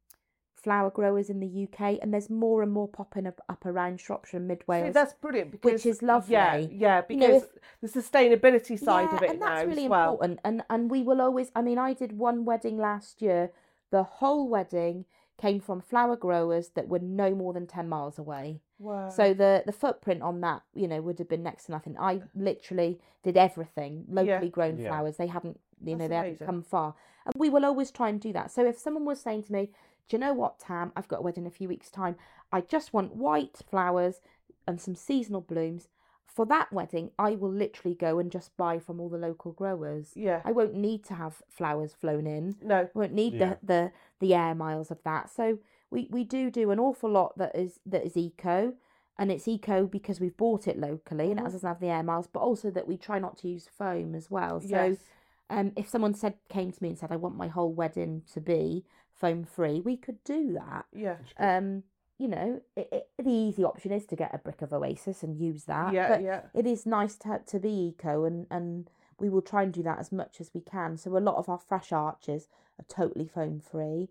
[SPEAKER 2] flower growers in the UK, and there's more and more popping up, up around Shropshire and Mid
[SPEAKER 3] See,
[SPEAKER 2] Wales.
[SPEAKER 3] that's brilliant because
[SPEAKER 2] is
[SPEAKER 3] Yeah,
[SPEAKER 2] lovely.
[SPEAKER 3] yeah
[SPEAKER 2] You know,
[SPEAKER 3] because the sustainability side of it
[SPEAKER 2] and
[SPEAKER 3] now
[SPEAKER 2] that's really
[SPEAKER 3] as well.
[SPEAKER 2] important. And and we will always. I mean, I did one wedding last year. The whole wedding came from flower growers that were no more than ten miles away.
[SPEAKER 3] Wow.
[SPEAKER 2] So the the footprint on that, you know, would have been next to nothing. I literally did everything locally grown
[SPEAKER 1] Yeah.
[SPEAKER 2] flowers. They haven't, you
[SPEAKER 3] That's
[SPEAKER 2] know, they
[SPEAKER 3] amazing.
[SPEAKER 2] haven't come far, and we will always try and do that. So if someone was saying to me, "Do you know what, Tam? I've got a wedding in a few weeks' time. I just want white flowers and some seasonal blooms." For that wedding, I will literally go and just buy from all the local growers.
[SPEAKER 3] yeah.
[SPEAKER 2] I won't need to have flowers flown in.
[SPEAKER 3] no.
[SPEAKER 2] I won't need
[SPEAKER 1] Yeah.
[SPEAKER 2] the, the the air miles of that. So we, we do do an awful lot that is that is eco, and it's eco because we've bought it locally and it
[SPEAKER 3] Mhm.
[SPEAKER 2] doesn't have the air miles, but also that we try not to use foam as well. So
[SPEAKER 3] yes.
[SPEAKER 2] um, if someone said came to me and said I want my whole wedding to be foam free, we could do that.
[SPEAKER 3] Yeah.
[SPEAKER 2] Um, you know, it, it, the easy option is to get a brick of Oasis and use that.
[SPEAKER 3] yeah.
[SPEAKER 2] but
[SPEAKER 3] Yeah.
[SPEAKER 2] it is nice to, to be eco and, and we will try and do that as much as we can. So a lot of our fresh arches are totally foam free.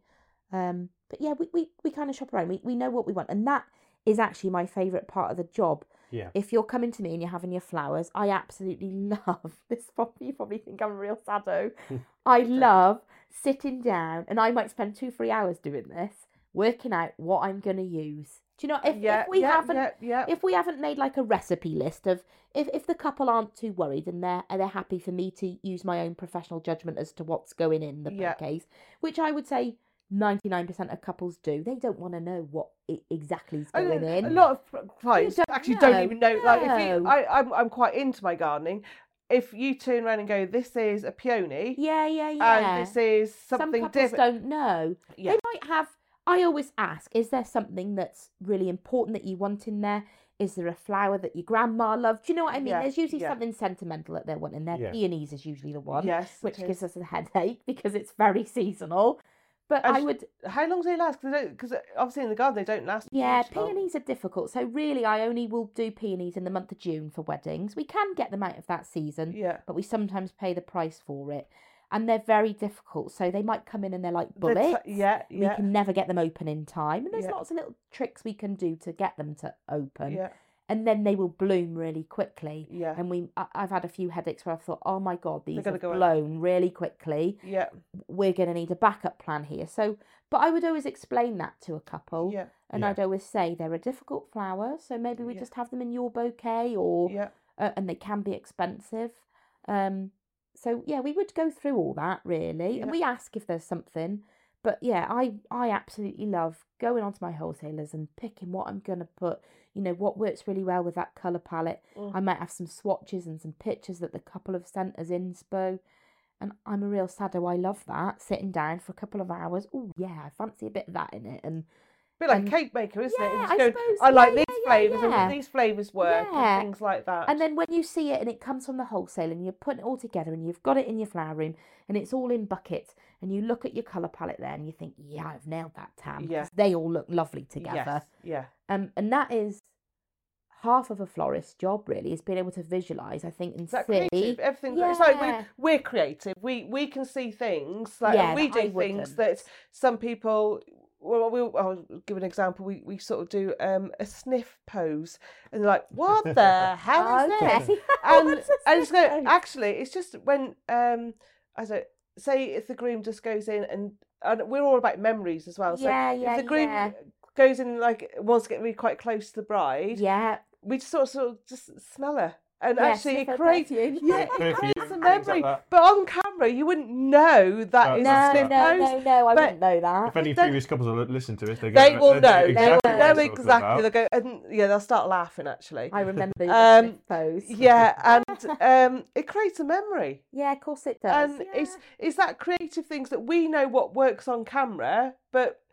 [SPEAKER 2] Um, but yeah, we, we, we kind of shop around. We, we know what we want. And that is actually my favourite part of the job.
[SPEAKER 1] Yeah.
[SPEAKER 2] If you're coming to me and you're having your flowers, I absolutely [laughs] love this. Probably, you probably think I'm a real sado.
[SPEAKER 3] [laughs]
[SPEAKER 2] I love sitting down, and I might spend two, three hours doing this, working out what I'm going to use. Do you know if,
[SPEAKER 3] yeah.
[SPEAKER 2] if we
[SPEAKER 3] yeah.
[SPEAKER 2] haven't
[SPEAKER 3] Yeah. Yeah.
[SPEAKER 2] if we haven't made like a recipe list of if, if the couple aren't too worried and they're and they're happy for me to use my own professional judgment as to what's going in the
[SPEAKER 3] Yeah.
[SPEAKER 2] bouquets, which I would say ninety nine percent of couples do. They don't want to know what I- exactly is
[SPEAKER 3] I
[SPEAKER 2] going
[SPEAKER 3] don't- A
[SPEAKER 2] in.
[SPEAKER 3] lot of pr- clients
[SPEAKER 2] don't
[SPEAKER 3] actually
[SPEAKER 2] know,
[SPEAKER 3] don't even know. Like, if you,
[SPEAKER 2] no.
[SPEAKER 3] I, I'm, I'm quite into my gardening. If you turn around and go, this is a peony,
[SPEAKER 2] Yeah, yeah, yeah.
[SPEAKER 3] and this is
[SPEAKER 2] Some
[SPEAKER 3] something
[SPEAKER 2] couples
[SPEAKER 3] different.
[SPEAKER 2] don't know.
[SPEAKER 3] Yeah.
[SPEAKER 2] They might have. I always ask: Is there something that's really important that you want in there? Is there a flower that your grandma loved? Do you know what I mean?
[SPEAKER 3] Yeah,
[SPEAKER 2] There's usually
[SPEAKER 3] yeah.
[SPEAKER 2] something sentimental that they're wanting. Their
[SPEAKER 1] Yeah.
[SPEAKER 2] peonies is usually the one.
[SPEAKER 3] Yes. it
[SPEAKER 2] which
[SPEAKER 3] is.
[SPEAKER 2] gives us a headache [laughs] because it's very seasonal. But
[SPEAKER 3] And
[SPEAKER 2] I
[SPEAKER 3] sh-
[SPEAKER 2] would,
[SPEAKER 3] How long do they last? Because obviously in the garden they don't last.
[SPEAKER 2] yeah,
[SPEAKER 3] much long.
[SPEAKER 2] peonies are difficult. So really, I only will do peonies in the month of June for weddings. We can get them out of that season,
[SPEAKER 3] Yeah.
[SPEAKER 2] but we sometimes pay the price for it, and they're very difficult. So they might come in and they're like
[SPEAKER 3] The
[SPEAKER 2] bullets.
[SPEAKER 3] t- yeah.
[SPEAKER 2] We
[SPEAKER 3] Yeah.
[SPEAKER 2] can never get them open in time, and there's
[SPEAKER 3] Yeah.
[SPEAKER 2] lots of little tricks we can do to get them to open,
[SPEAKER 3] Yeah.
[SPEAKER 2] and then they will bloom really quickly.
[SPEAKER 3] Yeah.
[SPEAKER 2] And we, I, I've had a few headaches where I've thought, oh my god, these
[SPEAKER 3] gonna
[SPEAKER 2] have
[SPEAKER 3] go out.
[SPEAKER 2] blown really quickly.
[SPEAKER 3] Yeah.
[SPEAKER 2] we're going to need a backup plan here. So, but I would always explain that to a couple,
[SPEAKER 3] Yeah.
[SPEAKER 2] and
[SPEAKER 1] Yeah.
[SPEAKER 2] I'd always say they're a difficult flower, so maybe we
[SPEAKER 3] Yeah.
[SPEAKER 2] just have them in your bouquet, or
[SPEAKER 3] Yeah.
[SPEAKER 2] uh, and they can be expensive. Um, so yeah, we would go through all that really,
[SPEAKER 3] Yeah.
[SPEAKER 2] and we ask if there's something. But yeah, I I absolutely love going onto my wholesalers and picking what I'm gonna put. You know what works really well with that color palette.
[SPEAKER 3] Mm.
[SPEAKER 2] I might have some swatches and some pictures that the couple have sent as inspo. And I'm a real sado. I love that sitting down for a couple of hours. Oh yeah, I fancy a bit of that in it, and
[SPEAKER 3] bit like
[SPEAKER 2] Um,
[SPEAKER 3] cake maker, isn't it?
[SPEAKER 2] yeah,
[SPEAKER 3] And
[SPEAKER 2] I
[SPEAKER 3] just going,
[SPEAKER 2] suppose,
[SPEAKER 3] I
[SPEAKER 2] yeah,
[SPEAKER 3] like
[SPEAKER 2] yeah,
[SPEAKER 3] these
[SPEAKER 2] yeah,
[SPEAKER 3] flavors
[SPEAKER 2] yeah.
[SPEAKER 3] and these flavors work
[SPEAKER 2] Yeah.
[SPEAKER 3] and things like that.
[SPEAKER 2] And then when you see it and it comes from the wholesale and you're putting it all together and you've got it in your flower room and it's all in buckets and you look at your colour palette there and you think, yeah, I've nailed that tam.
[SPEAKER 3] Yeah.
[SPEAKER 2] 'cause They all look lovely together.
[SPEAKER 3] yes, yeah,
[SPEAKER 2] Um, and that is half of a florist's job really is being able to visualise, I think, and
[SPEAKER 3] it's that
[SPEAKER 2] see.
[SPEAKER 3] creative. Everything. It's like
[SPEAKER 2] Yeah.
[SPEAKER 3] we're, we're creative. We we can see things. Like
[SPEAKER 2] Yeah,
[SPEAKER 3] we
[SPEAKER 2] that
[SPEAKER 3] do
[SPEAKER 2] I
[SPEAKER 3] things
[SPEAKER 2] wouldn't.
[SPEAKER 3] that some people. Well, we'll I'll give an example. We we sort of do um, a sniff pose, and they're like, "What
[SPEAKER 2] [laughs]
[SPEAKER 3] the hell is this?"
[SPEAKER 2] okay. [laughs] Oh,
[SPEAKER 3] and
[SPEAKER 2] What's this
[SPEAKER 3] and it's
[SPEAKER 2] thing?
[SPEAKER 3] going actually it's just when um I don't say if the groom just goes in and and we're all about memories as well. So
[SPEAKER 2] yeah, yeah,
[SPEAKER 3] if the groom
[SPEAKER 2] yeah.
[SPEAKER 3] goes in like wants to get really quite close to the bride,
[SPEAKER 2] Yeah.
[SPEAKER 3] we just sort of, sort of just smell her. And
[SPEAKER 2] yeah,
[SPEAKER 3] actually
[SPEAKER 2] sniff
[SPEAKER 3] it
[SPEAKER 2] her
[SPEAKER 3] creates
[SPEAKER 2] perfume. [laughs]
[SPEAKER 3] yeah,
[SPEAKER 1] Perfume,
[SPEAKER 3] it creates a
[SPEAKER 1] things like
[SPEAKER 3] memory.
[SPEAKER 1] that.
[SPEAKER 3] but on camera you wouldn't know that
[SPEAKER 1] No,
[SPEAKER 3] [laughs] it's
[SPEAKER 2] No,
[SPEAKER 3] a
[SPEAKER 2] no,
[SPEAKER 3] sniff
[SPEAKER 2] no,
[SPEAKER 3] pose.
[SPEAKER 2] no, I
[SPEAKER 3] but
[SPEAKER 2] wouldn't know that.
[SPEAKER 1] If any
[SPEAKER 3] It does-
[SPEAKER 1] previous couples that listen to this, they,
[SPEAKER 3] They
[SPEAKER 1] get-
[SPEAKER 3] will know.
[SPEAKER 1] Exactly
[SPEAKER 2] They
[SPEAKER 1] what
[SPEAKER 2] will
[SPEAKER 1] I'm
[SPEAKER 3] Know
[SPEAKER 1] talking
[SPEAKER 3] exactly.
[SPEAKER 1] about.
[SPEAKER 3] They go and yeah, they'll start laughing actually.
[SPEAKER 2] I remember
[SPEAKER 3] [laughs] Um,
[SPEAKER 2] the sniff pose.
[SPEAKER 3] Yeah, and um, it creates a memory.
[SPEAKER 2] Yeah, of course it does.
[SPEAKER 3] and
[SPEAKER 2] yeah.
[SPEAKER 3] Um, it's it's that creative things that we know what works on camera but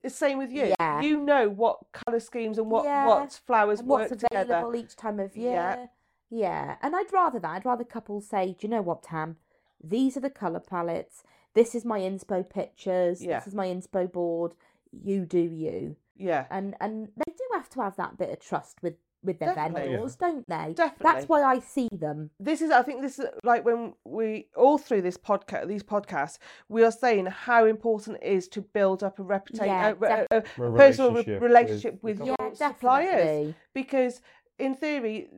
[SPEAKER 3] it's same with you
[SPEAKER 2] Yeah.
[SPEAKER 3] you know what color schemes and what
[SPEAKER 2] Yeah.
[SPEAKER 3] what flowers
[SPEAKER 2] and what's
[SPEAKER 3] work together
[SPEAKER 2] available each time of year.
[SPEAKER 3] Yeah.
[SPEAKER 2] Yeah. And I'd rather that. I'd rather couples say, do you know what, Tam? These are the colour palettes. This is my inspo pictures.
[SPEAKER 3] Yeah.
[SPEAKER 2] This is my inspo board. You do you.
[SPEAKER 3] yeah
[SPEAKER 2] And and they do have to have that bit of trust with with their
[SPEAKER 3] Definitely.
[SPEAKER 2] vendors, don't they?
[SPEAKER 3] Definitely.
[SPEAKER 2] That's why I see them.
[SPEAKER 3] this is i think this is like when we all through this podcast these podcasts we are saying how important it is to build up a reputation
[SPEAKER 2] Yeah,
[SPEAKER 3] a, a
[SPEAKER 1] A
[SPEAKER 3] personal re-
[SPEAKER 1] relationship with-
[SPEAKER 3] relationship with,
[SPEAKER 2] Yeah,
[SPEAKER 3] your suppliers
[SPEAKER 2] definitely.
[SPEAKER 3] because in theory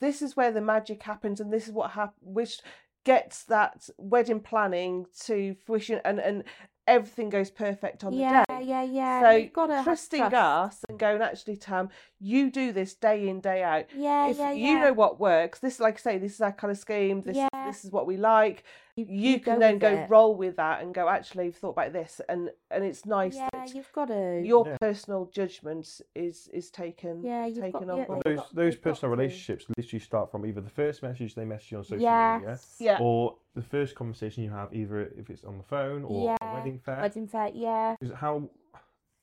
[SPEAKER 3] this is where the magic happens and this is what hap- which gets that wedding planning to fruition and and everything goes perfect on
[SPEAKER 2] Yeah,
[SPEAKER 3] the day
[SPEAKER 2] yeah, yeah.
[SPEAKER 3] so
[SPEAKER 2] You've got to have
[SPEAKER 3] trusting
[SPEAKER 2] trust.
[SPEAKER 3] us and going actually tam you do this day in day out
[SPEAKER 2] Yeah,
[SPEAKER 3] if
[SPEAKER 2] yeah, yeah.
[SPEAKER 3] you know what works this like i say this is our kind of scheme this
[SPEAKER 2] Yeah.
[SPEAKER 3] this is what we like
[SPEAKER 2] you,
[SPEAKER 3] you,
[SPEAKER 2] go
[SPEAKER 3] can then
[SPEAKER 2] with
[SPEAKER 3] go
[SPEAKER 2] it.
[SPEAKER 3] roll with that and go actually you've thought about this and and it's nice
[SPEAKER 2] Yeah,
[SPEAKER 3] that
[SPEAKER 2] you've got to.
[SPEAKER 3] your
[SPEAKER 1] Yeah.
[SPEAKER 3] personal judgment is is taken
[SPEAKER 2] Yeah, you've
[SPEAKER 3] taken
[SPEAKER 2] got-
[SPEAKER 3] on
[SPEAKER 2] yeah,
[SPEAKER 3] board.
[SPEAKER 2] you've
[SPEAKER 1] Those
[SPEAKER 2] got-
[SPEAKER 1] those
[SPEAKER 2] you've got
[SPEAKER 1] personal
[SPEAKER 2] to.
[SPEAKER 1] relationships literally start from either the first message they message you on social media,
[SPEAKER 2] yes.
[SPEAKER 3] Yeah.
[SPEAKER 1] or the first conversation you have, either if it's on the phone or a
[SPEAKER 2] Yeah,
[SPEAKER 1] wedding fair.
[SPEAKER 2] Wedding fair, yeah.
[SPEAKER 1] Is how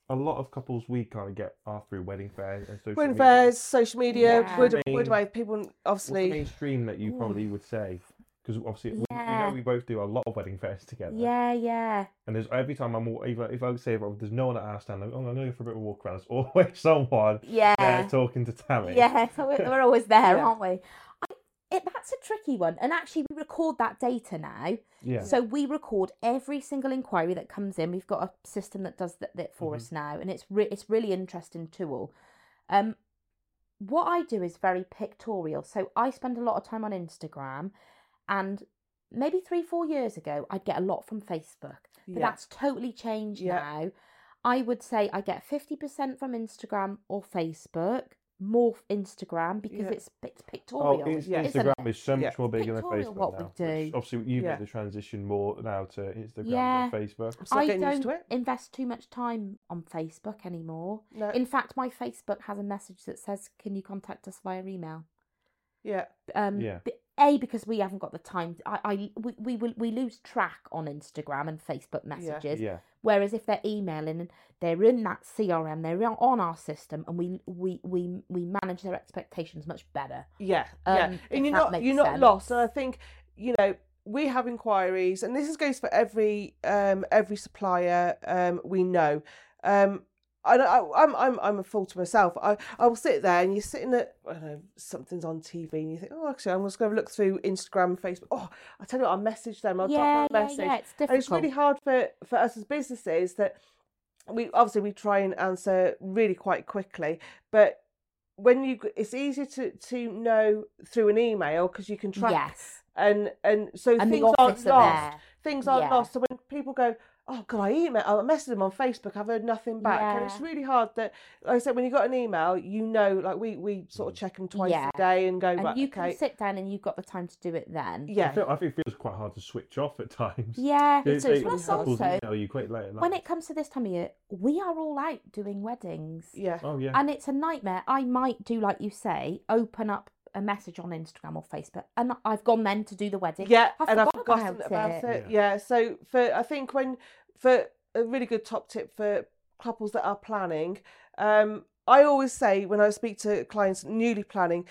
[SPEAKER 1] a lot of couples we kind of get are through wedding fairs and social
[SPEAKER 3] Wedding
[SPEAKER 1] media.
[SPEAKER 3] fairs, social media,
[SPEAKER 2] Yeah.
[SPEAKER 3] word, of,
[SPEAKER 1] Main-
[SPEAKER 3] word of mouth, people
[SPEAKER 1] What's the
[SPEAKER 3] obviously.
[SPEAKER 1] mainstream that you
[SPEAKER 2] Ooh.
[SPEAKER 1] probably would say? Because obviously we- we,
[SPEAKER 2] Yeah.
[SPEAKER 1] know we both do a lot of wedding fairs together.
[SPEAKER 2] Yeah, yeah.
[SPEAKER 1] And there's every time I'm wa- either if I would say there's no one at our stand, I'm, oh, I'm going to go for a bit of a walk around. There's [laughs] always someone
[SPEAKER 2] Yeah.
[SPEAKER 1] there talking to Tammy.
[SPEAKER 2] Yeah, so we're, we're always there,
[SPEAKER 3] Yeah.
[SPEAKER 2] aren't we? I, it, that's a tricky one. And actually, we record that data now.
[SPEAKER 1] Yeah.
[SPEAKER 2] So we record every single inquiry that comes in. We've got a system that does that, that for us now, and it's re- it's really interesting tool. Um, what I do is very pictorial. So I spend a lot of time on Instagram, and maybe three four years ago, I'd get a lot from Facebook.
[SPEAKER 3] Yeah.
[SPEAKER 2] But that's totally changed
[SPEAKER 3] Yeah.
[SPEAKER 2] now. I would say I get 50% from Instagram or Facebook, more f- Instagram because
[SPEAKER 3] Yeah.
[SPEAKER 2] it's, it's
[SPEAKER 1] Oh,
[SPEAKER 2] pictorial.
[SPEAKER 1] in-
[SPEAKER 3] yeah.
[SPEAKER 2] isn't
[SPEAKER 1] Instagram is so
[SPEAKER 3] Yeah.
[SPEAKER 1] much more bigger than
[SPEAKER 2] Pictorial
[SPEAKER 1] Facebook
[SPEAKER 2] what we
[SPEAKER 1] now. which
[SPEAKER 2] do.
[SPEAKER 1] Obviously, you've
[SPEAKER 3] Yeah.
[SPEAKER 1] made the transition more now to Instagram
[SPEAKER 2] Yeah.
[SPEAKER 1] than Facebook.
[SPEAKER 3] I'm still
[SPEAKER 2] I
[SPEAKER 3] getting used
[SPEAKER 2] don't
[SPEAKER 3] to it.
[SPEAKER 2] invest too much time on Facebook anymore.
[SPEAKER 3] No,
[SPEAKER 2] In fact, my Facebook has a message that says, "Can you contact us via email?"
[SPEAKER 3] yeah,
[SPEAKER 2] Um,
[SPEAKER 1] Yeah.
[SPEAKER 2] b- A because we haven't got the time. I, I we, we will we lose track on Instagram and Facebook messages.
[SPEAKER 1] Yeah.
[SPEAKER 2] Whereas if they're emailing and they're in that CRM, they're on- on our system, and we we we we manage their expectations much better.
[SPEAKER 3] yeah,
[SPEAKER 2] Um,
[SPEAKER 3] yeah.
[SPEAKER 2] if
[SPEAKER 3] And you're
[SPEAKER 2] that
[SPEAKER 3] not
[SPEAKER 2] makes
[SPEAKER 3] you're not lost. And I
[SPEAKER 2] sense.
[SPEAKER 3] think you know we have inquiries, and this is, goes for every um every supplier um we know. Um, I, I I'm I'm I'm a fool to myself. I I will sit there and you're sitting at I don't know something's on TV and you think oh actually I'm just going to look through Instagram, Facebook. Oh, I tell you what, I'll message them. I'll
[SPEAKER 2] yeah,
[SPEAKER 3] drop them a
[SPEAKER 2] yeah,
[SPEAKER 3] message.
[SPEAKER 2] yeah, it's difficult.
[SPEAKER 3] and it's really hard for for us as businesses that we obviously we try and answer really quite quickly but when you g- it's easier to to know through an email because you can track
[SPEAKER 2] yes,
[SPEAKER 3] and and so
[SPEAKER 2] and the
[SPEAKER 3] things aren't
[SPEAKER 2] office
[SPEAKER 3] lost
[SPEAKER 2] are there.
[SPEAKER 3] things aren't
[SPEAKER 2] Yeah.
[SPEAKER 3] lost so when people go oh god, I email, I messaged them on Facebook. I've heard nothing back, and it's
[SPEAKER 2] Yeah.
[SPEAKER 3] really hard. That like I said, when you got an email, you know, like we we sort of check them twice
[SPEAKER 2] Mm. Yeah.
[SPEAKER 3] a day and go
[SPEAKER 2] and
[SPEAKER 3] right,
[SPEAKER 2] you
[SPEAKER 3] okay,
[SPEAKER 2] can sit down and you've got the time to do it then.
[SPEAKER 1] I,
[SPEAKER 3] yeah,
[SPEAKER 1] feel, I think it feels quite hard to switch off at [laughs] times.
[SPEAKER 2] Yeah.
[SPEAKER 1] They-
[SPEAKER 3] so it's
[SPEAKER 1] they-
[SPEAKER 3] really
[SPEAKER 2] Plus
[SPEAKER 3] hard.
[SPEAKER 1] couples
[SPEAKER 2] also,
[SPEAKER 1] email you quite late. at
[SPEAKER 2] when
[SPEAKER 1] night.
[SPEAKER 2] it comes to this time of year, we are all out doing weddings.
[SPEAKER 3] yeah,
[SPEAKER 1] oh yeah,
[SPEAKER 2] And it's a nightmare. I might do like you say, open up a message on Instagram or Facebook, and I've gone then to do the wedding.
[SPEAKER 3] yeah,
[SPEAKER 2] I
[SPEAKER 3] and I've
[SPEAKER 2] forgot
[SPEAKER 3] forgotten about,
[SPEAKER 2] about
[SPEAKER 3] it.
[SPEAKER 2] it.
[SPEAKER 3] Yeah. so for I think when for a really good top tip for couples that are planning, um, I always say when I speak to clients newly planning.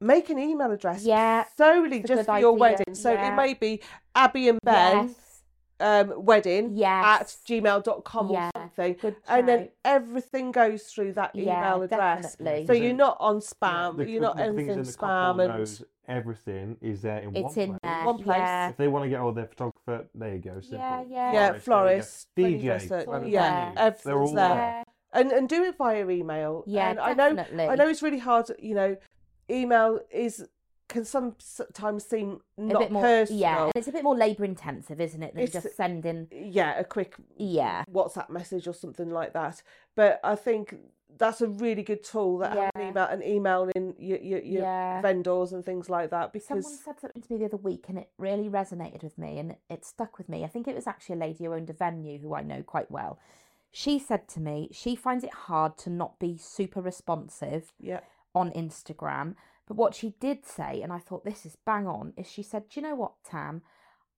[SPEAKER 3] Make an email address
[SPEAKER 2] Yeah,
[SPEAKER 3] solely
[SPEAKER 2] it's a
[SPEAKER 3] just
[SPEAKER 2] good
[SPEAKER 3] for your
[SPEAKER 2] idea,
[SPEAKER 3] wedding. So it
[SPEAKER 2] yeah.
[SPEAKER 3] may be Abby and Ben
[SPEAKER 2] Yes.
[SPEAKER 3] um, wedding at
[SPEAKER 2] Yes.
[SPEAKER 3] gmail.com
[SPEAKER 2] Yeah,
[SPEAKER 3] or something.
[SPEAKER 2] Good
[SPEAKER 3] And then
[SPEAKER 2] shout.
[SPEAKER 3] everything goes through that email
[SPEAKER 2] Yeah,
[SPEAKER 3] address.
[SPEAKER 2] definitely.
[SPEAKER 3] So
[SPEAKER 1] Yeah.
[SPEAKER 3] you're not on
[SPEAKER 1] Yeah,
[SPEAKER 3] spam,
[SPEAKER 1] the-
[SPEAKER 3] you're
[SPEAKER 1] the-
[SPEAKER 3] not
[SPEAKER 1] the thing is
[SPEAKER 3] anything
[SPEAKER 1] in the couple
[SPEAKER 3] spam.
[SPEAKER 1] knows
[SPEAKER 3] And
[SPEAKER 1] everything is there in
[SPEAKER 2] it's
[SPEAKER 1] one
[SPEAKER 2] in
[SPEAKER 1] place.
[SPEAKER 2] there.
[SPEAKER 3] One place.
[SPEAKER 2] Yeah.
[SPEAKER 1] If they want to get all their photographer, there you go. Simple.
[SPEAKER 2] Yeah, yeah.
[SPEAKER 3] Yeah,
[SPEAKER 1] there you go.
[SPEAKER 3] florist, wedding
[SPEAKER 1] DJ,
[SPEAKER 3] dresser,
[SPEAKER 1] wedding
[SPEAKER 2] yeah,
[SPEAKER 1] venue, They're
[SPEAKER 3] everything's
[SPEAKER 1] all
[SPEAKER 3] there.
[SPEAKER 1] there.
[SPEAKER 3] and, and do it via email.
[SPEAKER 2] Yeah,
[SPEAKER 3] and
[SPEAKER 2] definitely.
[SPEAKER 3] I know I know it's really hard, you know, email is can sometimes seem
[SPEAKER 2] A
[SPEAKER 3] not
[SPEAKER 2] bit more,
[SPEAKER 3] personal.
[SPEAKER 2] yeah, and it's a bit more labour intensive, isn't it? Than
[SPEAKER 3] It's-
[SPEAKER 2] just sending,
[SPEAKER 3] yeah, a quick
[SPEAKER 2] yeah,
[SPEAKER 3] WhatsApp message or something like that. But I think that's a really good tool that having
[SPEAKER 2] Yeah.
[SPEAKER 3] email and emailing your your, your
[SPEAKER 2] yeah.
[SPEAKER 3] vendors and things like that
[SPEAKER 2] Someone
[SPEAKER 3] because
[SPEAKER 2] said something to me the other week and it really resonated with me and it stuck with me. I think it was actually a lady who owned a venue who I know quite well. She said to me, she finds it hard to not be super responsive
[SPEAKER 3] yeah
[SPEAKER 2] on Instagram. But what she did say, and I thought this is bang on, is she said, Do you know what, Tam?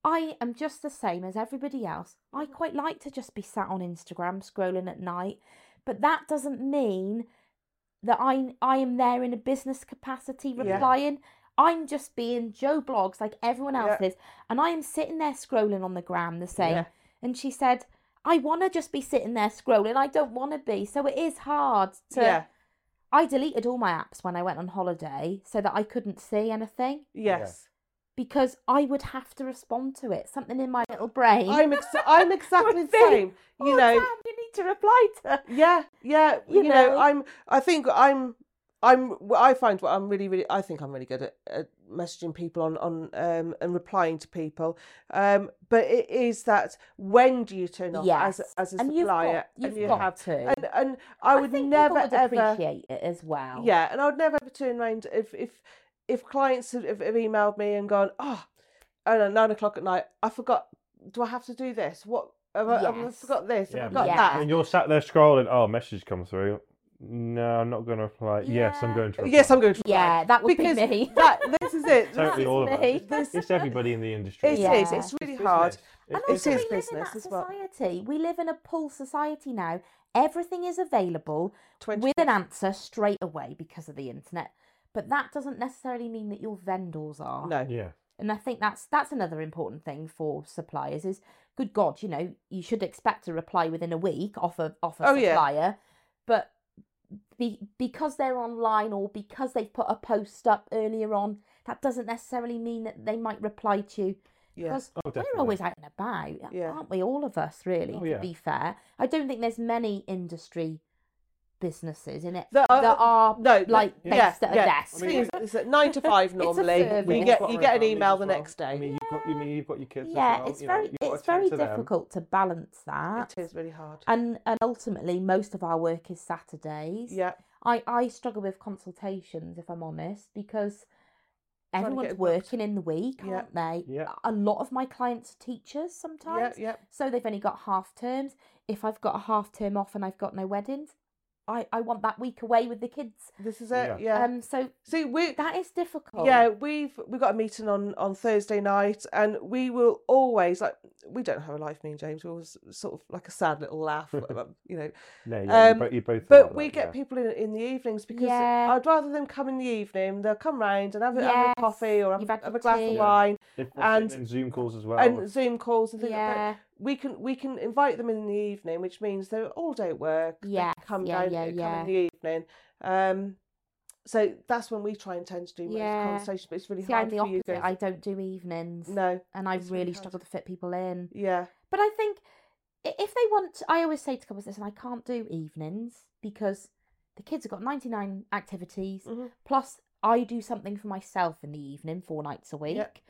[SPEAKER 2] I am just the same as everybody else. I quite like to just be sat on Instagram scrolling at night, but that doesn't mean that I I am there in a business capacity
[SPEAKER 3] Yeah.
[SPEAKER 2] replying. I'm just being Joe blogs like everyone else is, and I am sitting there scrolling on the gram the same.
[SPEAKER 3] Yeah.
[SPEAKER 2] And she said, I want to just be sitting there scrolling. I don't want to be. So it is hard to
[SPEAKER 3] yeah
[SPEAKER 2] I deleted all my apps when I went on holiday so that I couldn't see anything
[SPEAKER 3] yes.
[SPEAKER 2] because I would have to respond to it. Something in my little brain.
[SPEAKER 3] I'm ex-
[SPEAKER 2] [laughs]
[SPEAKER 3] I'm exactly the
[SPEAKER 2] think,
[SPEAKER 3] same. You
[SPEAKER 2] "Oh,
[SPEAKER 3] know,
[SPEAKER 2] damn, you need to reply to.
[SPEAKER 3] yeah, yeah. You,
[SPEAKER 2] you
[SPEAKER 3] know,
[SPEAKER 2] know.
[SPEAKER 3] I'm. I think I'm. I'm. wh- I find what I'm really, really. I think I'm really good at, at messaging people on on um and replying to people. Um, but it is that when do you turn off
[SPEAKER 2] Yes.
[SPEAKER 3] as as a
[SPEAKER 2] and you've
[SPEAKER 3] supplier?
[SPEAKER 2] got, you've
[SPEAKER 3] and you
[SPEAKER 2] got
[SPEAKER 3] have
[SPEAKER 2] to.
[SPEAKER 3] and and I would
[SPEAKER 2] think people
[SPEAKER 3] never
[SPEAKER 2] would
[SPEAKER 3] ever
[SPEAKER 2] appreciate it as well.
[SPEAKER 3] yeah, and I would never ever turn around if if if clients have, have have emailed me and gone oh, I don't know, nine o'clock at night I forgot do I have to do this what have I, have I
[SPEAKER 2] Yes.
[SPEAKER 3] forgot this
[SPEAKER 1] Yeah,
[SPEAKER 3] have I got
[SPEAKER 2] Yeah.
[SPEAKER 3] that
[SPEAKER 1] And you're sat there scrolling. Oh, message come through. No, I'm not going to reply. Yes, I'm
[SPEAKER 2] Yeah.
[SPEAKER 1] going to. Reply.
[SPEAKER 3] yes I'm going to
[SPEAKER 2] Yeah, that would
[SPEAKER 3] Because
[SPEAKER 2] be me.
[SPEAKER 3] [laughs] that this is [laughs] it
[SPEAKER 1] Totally
[SPEAKER 3] This is-
[SPEAKER 1] all of us.
[SPEAKER 2] me.
[SPEAKER 1] It's- It's everybody in the industry.
[SPEAKER 3] it is,
[SPEAKER 2] Yeah.
[SPEAKER 3] it's really
[SPEAKER 1] It's
[SPEAKER 3] hard
[SPEAKER 1] business. It-
[SPEAKER 2] And
[SPEAKER 1] it's
[SPEAKER 2] also, we
[SPEAKER 3] his
[SPEAKER 2] live
[SPEAKER 1] business.
[SPEAKER 2] in that
[SPEAKER 3] business as well.
[SPEAKER 2] society. We live in a pull society now. Everything is available
[SPEAKER 3] 20
[SPEAKER 2] with an answer straight away because of the internet. But that doesn't necessarily mean that your vendors are.
[SPEAKER 3] no
[SPEAKER 1] Yeah. Oh,
[SPEAKER 2] and I think that's that's another important thing for suppliers is good God, you know, you should expect a reply within a week off a off a
[SPEAKER 3] Oh, yeah.
[SPEAKER 2] supplier, but be, because they're online or because they've put a post up earlier on, that doesn't necessarily mean that they might reply to you
[SPEAKER 3] yeah
[SPEAKER 2] because
[SPEAKER 1] Oh, definitely.
[SPEAKER 2] we're always out and about,
[SPEAKER 3] Yeah.
[SPEAKER 2] aren't we? All of us, really.
[SPEAKER 1] Oh,
[SPEAKER 2] to
[SPEAKER 1] yeah.
[SPEAKER 2] be fair, I don't think there's many industry businesses in it
[SPEAKER 3] That are-
[SPEAKER 2] that are
[SPEAKER 3] no
[SPEAKER 2] like
[SPEAKER 3] yeah,
[SPEAKER 2] based at a
[SPEAKER 3] yeah.
[SPEAKER 2] desk.
[SPEAKER 1] I mean,
[SPEAKER 3] Thing is, it's at nine [laughs] to five
[SPEAKER 2] a
[SPEAKER 3] normally
[SPEAKER 2] service.
[SPEAKER 3] you
[SPEAKER 2] We've
[SPEAKER 3] get
[SPEAKER 1] got
[SPEAKER 3] you
[SPEAKER 1] our
[SPEAKER 3] get an
[SPEAKER 1] families
[SPEAKER 3] email
[SPEAKER 1] as
[SPEAKER 3] the
[SPEAKER 1] well.
[SPEAKER 3] next
[SPEAKER 1] I
[SPEAKER 3] day
[SPEAKER 1] mean, you've got, you mean, you've got your kids. as
[SPEAKER 2] yeah,
[SPEAKER 1] well,
[SPEAKER 2] it's
[SPEAKER 1] you know,
[SPEAKER 2] very
[SPEAKER 1] you've got to
[SPEAKER 2] it's very
[SPEAKER 1] tend to them.
[SPEAKER 2] difficult to balance that.
[SPEAKER 3] it is really hard
[SPEAKER 2] And and ultimately most of our work is Saturdays.
[SPEAKER 3] yeah
[SPEAKER 2] I, I struggle with consultations if I'm honest, because
[SPEAKER 3] to get
[SPEAKER 2] everyone's
[SPEAKER 3] it booked.
[SPEAKER 2] working in the week,
[SPEAKER 3] Yeah.
[SPEAKER 2] aren't they?
[SPEAKER 1] Yeah.
[SPEAKER 2] A lot of my clients are teachers
[SPEAKER 3] yeah
[SPEAKER 2] sometimes.
[SPEAKER 3] yeah
[SPEAKER 2] So they've only got half terms. If I've got a half term off and I've got no weddings, I, I want that week away with the kids.
[SPEAKER 3] this is
[SPEAKER 1] Yeah.
[SPEAKER 3] it yeah
[SPEAKER 2] Um so
[SPEAKER 3] see we
[SPEAKER 2] that is difficult.
[SPEAKER 3] Yeah, we've we've got a meeting on on Thursday night, and we will always like we don't have a life, me and James. We always sort of like a sad little [laughs] laugh, um, you know.
[SPEAKER 1] No, yeah,
[SPEAKER 3] Um,
[SPEAKER 1] you both, you both are
[SPEAKER 3] But
[SPEAKER 1] like
[SPEAKER 3] we
[SPEAKER 1] that,
[SPEAKER 3] get
[SPEAKER 1] yeah.
[SPEAKER 3] people in in the evenings because
[SPEAKER 2] Yeah.
[SPEAKER 3] I'd rather them come in the evening. They'll come round and have, a have
[SPEAKER 2] Yes,
[SPEAKER 3] a coffee or have,
[SPEAKER 2] you've had
[SPEAKER 3] have a
[SPEAKER 2] your
[SPEAKER 3] glass of
[SPEAKER 2] tea.
[SPEAKER 3] wine
[SPEAKER 1] If we're sitting
[SPEAKER 3] and-
[SPEAKER 1] in Zoom calls as well.
[SPEAKER 3] and Zoom calls and things. like that.
[SPEAKER 2] Yeah.
[SPEAKER 3] we can we can invite them in the evening, which means they're all day at work. they can
[SPEAKER 2] Yes,
[SPEAKER 3] come
[SPEAKER 2] yeah,
[SPEAKER 3] down
[SPEAKER 2] yeah,
[SPEAKER 3] come
[SPEAKER 2] yeah.
[SPEAKER 3] in the evening. Um, so that's when we try and tend to do most
[SPEAKER 2] Yeah.
[SPEAKER 3] conversation, but it's really
[SPEAKER 2] See,
[SPEAKER 3] hard
[SPEAKER 2] I'm the
[SPEAKER 3] for you
[SPEAKER 2] opposite.
[SPEAKER 3] guys.
[SPEAKER 2] I don't do evenings.
[SPEAKER 3] No,
[SPEAKER 2] and I
[SPEAKER 3] It's really
[SPEAKER 2] really
[SPEAKER 3] hard.
[SPEAKER 2] struggle to fit people in.
[SPEAKER 3] yeah,
[SPEAKER 2] But I think i- if they want, I always say to couples, listen, I can't do evenings because the kids have got 99 activities,
[SPEAKER 3] Mhm.
[SPEAKER 2] plus I do something for myself in the evening four nights a week.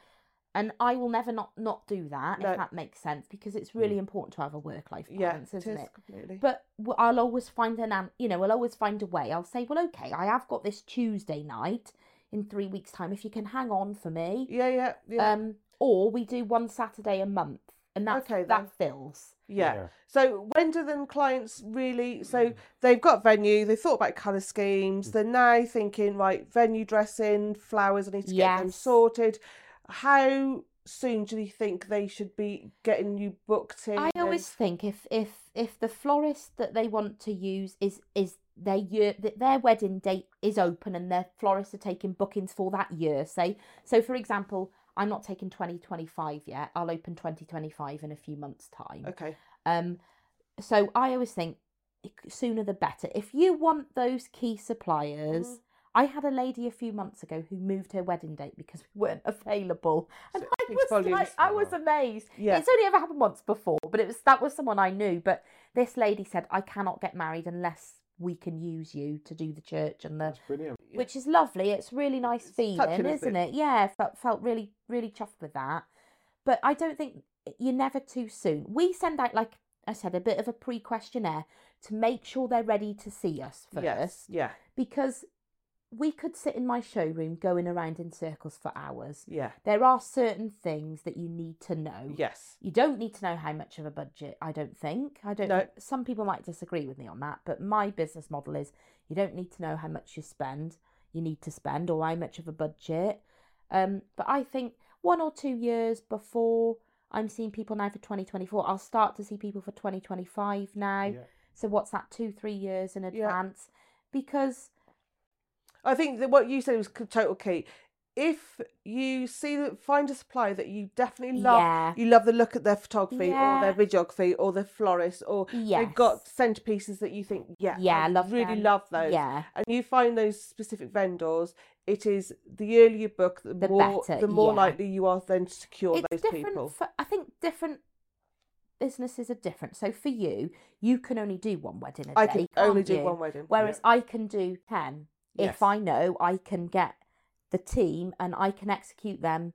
[SPEAKER 2] and I will never not not do that
[SPEAKER 3] No. Mm-hmm.
[SPEAKER 2] if that makes sense because it's really important to have a work life
[SPEAKER 3] Yeah,
[SPEAKER 2] balance,
[SPEAKER 3] it
[SPEAKER 2] isn't
[SPEAKER 3] is
[SPEAKER 2] it?
[SPEAKER 3] completely.
[SPEAKER 2] But w- I'll always find an an you know I'll always find a way. I'll say, well, okay, I have got this Tuesday night in three weeks' time. If you can hang on for me,
[SPEAKER 3] yeah, yeah, yeah,
[SPEAKER 2] um, or we do one Saturday a month, and that's
[SPEAKER 3] Okay, then.
[SPEAKER 2] that fills.
[SPEAKER 3] yeah. So when do then clients really? So they've got venue. They thought about colour schemes. They're now thinking right venue dressing, flowers. I need to get them
[SPEAKER 2] Yes.
[SPEAKER 3] sorted. How soon do you think they should be getting you booked in?
[SPEAKER 2] I
[SPEAKER 3] and-
[SPEAKER 2] always think if if if the florist that they want to use is is their year that their wedding date is open and their florists are taking bookings for that year. Say so for example, I'm not taking 2025 yet. I'll open 2025 in a few months time.
[SPEAKER 3] okay.
[SPEAKER 2] Um so I always think the sooner the better. If you want those key suppliers,
[SPEAKER 3] Mhm.
[SPEAKER 2] I had a lady a few months ago who moved her wedding date because we weren't [laughs] available. And
[SPEAKER 3] So it
[SPEAKER 2] I
[SPEAKER 3] speaks
[SPEAKER 2] was like,
[SPEAKER 3] volumes.
[SPEAKER 2] I was amazed.
[SPEAKER 3] Yeah.
[SPEAKER 2] It's only ever happened once before, but it was that was someone I knew. But this lady said, I cannot get married unless we can use you to do the church and the
[SPEAKER 1] That's brilliant.
[SPEAKER 3] Yeah.
[SPEAKER 2] which is lovely. It's really nice feeling,
[SPEAKER 3] touching, isn't
[SPEAKER 2] isn't it? Yeah, felt felt really really chuffed with that. But I don't think you're never too soon. We send out like I said a bit of a pre questionnaire to make sure they're ready to see us first
[SPEAKER 3] Yes. Yeah.
[SPEAKER 2] because we could sit in my showroom going around in circles for hours.
[SPEAKER 3] Yeah.
[SPEAKER 2] There are certain things that you need to know.
[SPEAKER 3] Yes.
[SPEAKER 2] You don't need to know how much of a budget, I don't think. I don't
[SPEAKER 3] No.
[SPEAKER 2] think- some people might disagree with me on that, but my business model is you don't need to know how much you spend, you need to spend or how much of a budget. Um but I think one or two years before I'm seeing people now for 2024, I'll start to see people for 2025 now.
[SPEAKER 1] Yeah.
[SPEAKER 2] So what's that 2-3 years in advance? Because
[SPEAKER 3] I think that what you said was c- total key. If you see that, find a supplier that you definitely love.
[SPEAKER 2] yeah.
[SPEAKER 3] You love the look at their photography or
[SPEAKER 2] Yeah.
[SPEAKER 3] their videography or their florist or
[SPEAKER 2] Yes.
[SPEAKER 3] they've got centerpieces that you think, yeah,
[SPEAKER 2] Yeah, I love
[SPEAKER 3] really
[SPEAKER 2] them.
[SPEAKER 3] love those.
[SPEAKER 2] Yeah.
[SPEAKER 3] And you find those specific vendors, it is the earlier you book, the,
[SPEAKER 2] The
[SPEAKER 3] more
[SPEAKER 2] better,
[SPEAKER 3] the more
[SPEAKER 2] yeah.
[SPEAKER 3] likely you are then to secure
[SPEAKER 2] it's
[SPEAKER 3] those
[SPEAKER 2] different
[SPEAKER 3] people.
[SPEAKER 2] for I think different businesses are different. So for you, you can only do one wedding a
[SPEAKER 3] I
[SPEAKER 2] day.
[SPEAKER 3] can only
[SPEAKER 2] can't
[SPEAKER 3] do
[SPEAKER 2] you?
[SPEAKER 3] one wedding.
[SPEAKER 2] Whereas I can do ten
[SPEAKER 3] Yes.
[SPEAKER 2] if I know I can get the team and I can execute them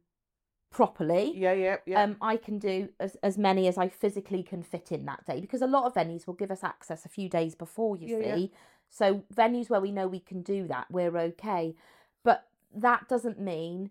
[SPEAKER 2] properly.
[SPEAKER 3] Yeah, yeah, yeah.
[SPEAKER 2] Um, I can do as, as many as I physically can fit in that day because a lot of venues will give us access a few days before, you
[SPEAKER 3] Yeah, yeah.
[SPEAKER 2] see. So venues where we know we can do that, we're okay. But that doesn't mean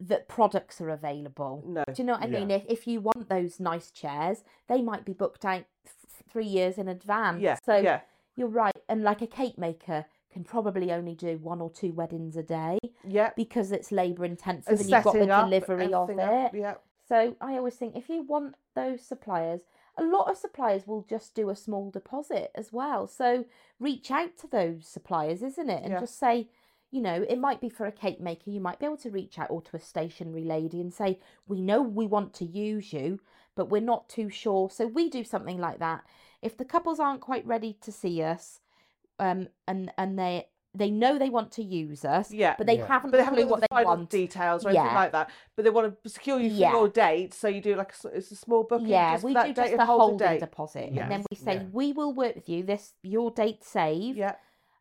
[SPEAKER 2] that products are available.
[SPEAKER 3] no.
[SPEAKER 2] Do you know what I
[SPEAKER 1] Yeah.
[SPEAKER 2] mean? If, if you want those nice chairs, they might be booked out f- three years in advance.
[SPEAKER 3] Yeah.
[SPEAKER 2] So
[SPEAKER 3] yeah.
[SPEAKER 2] you're right. And like a cake maker can probably only do one or two weddings a day
[SPEAKER 3] Yeah.
[SPEAKER 2] because it's labour intensive
[SPEAKER 3] And
[SPEAKER 2] and, you've got the
[SPEAKER 3] setting up,
[SPEAKER 2] delivery of it.
[SPEAKER 3] everything up, Yeah.
[SPEAKER 2] So I always think if you want those suppliers, a lot of suppliers will just do a small deposit as well. So reach out to those suppliers, isn't it? And
[SPEAKER 3] Yeah.
[SPEAKER 2] just say, you know, it might be for a cake maker, you might be able to reach out or to a stationery lady and say, we know we want to use you, but we're not too sure. So we do something like that. If the couples aren't quite ready to see us, um, and and they they know they want to use us,
[SPEAKER 3] Yeah.
[SPEAKER 2] but they
[SPEAKER 1] Yeah.
[SPEAKER 2] haven't
[SPEAKER 3] but they
[SPEAKER 2] a
[SPEAKER 3] haven't
[SPEAKER 2] clue
[SPEAKER 3] got
[SPEAKER 2] what
[SPEAKER 3] the
[SPEAKER 2] they
[SPEAKER 3] final
[SPEAKER 2] want.
[SPEAKER 3] details or anything
[SPEAKER 2] Yeah.
[SPEAKER 3] like that. But they want to secure you for
[SPEAKER 2] Yeah.
[SPEAKER 3] your date, so you do like a, s- it's a small booking.
[SPEAKER 2] Yeah,
[SPEAKER 3] just for
[SPEAKER 2] we
[SPEAKER 3] that
[SPEAKER 2] do
[SPEAKER 3] date
[SPEAKER 2] just
[SPEAKER 3] and
[SPEAKER 2] the
[SPEAKER 3] hold the
[SPEAKER 2] holding
[SPEAKER 3] date.
[SPEAKER 2] deposit,
[SPEAKER 1] Yes.
[SPEAKER 2] and then we say
[SPEAKER 1] Yeah.
[SPEAKER 2] we will work with you. This your date saved,
[SPEAKER 3] Yeah,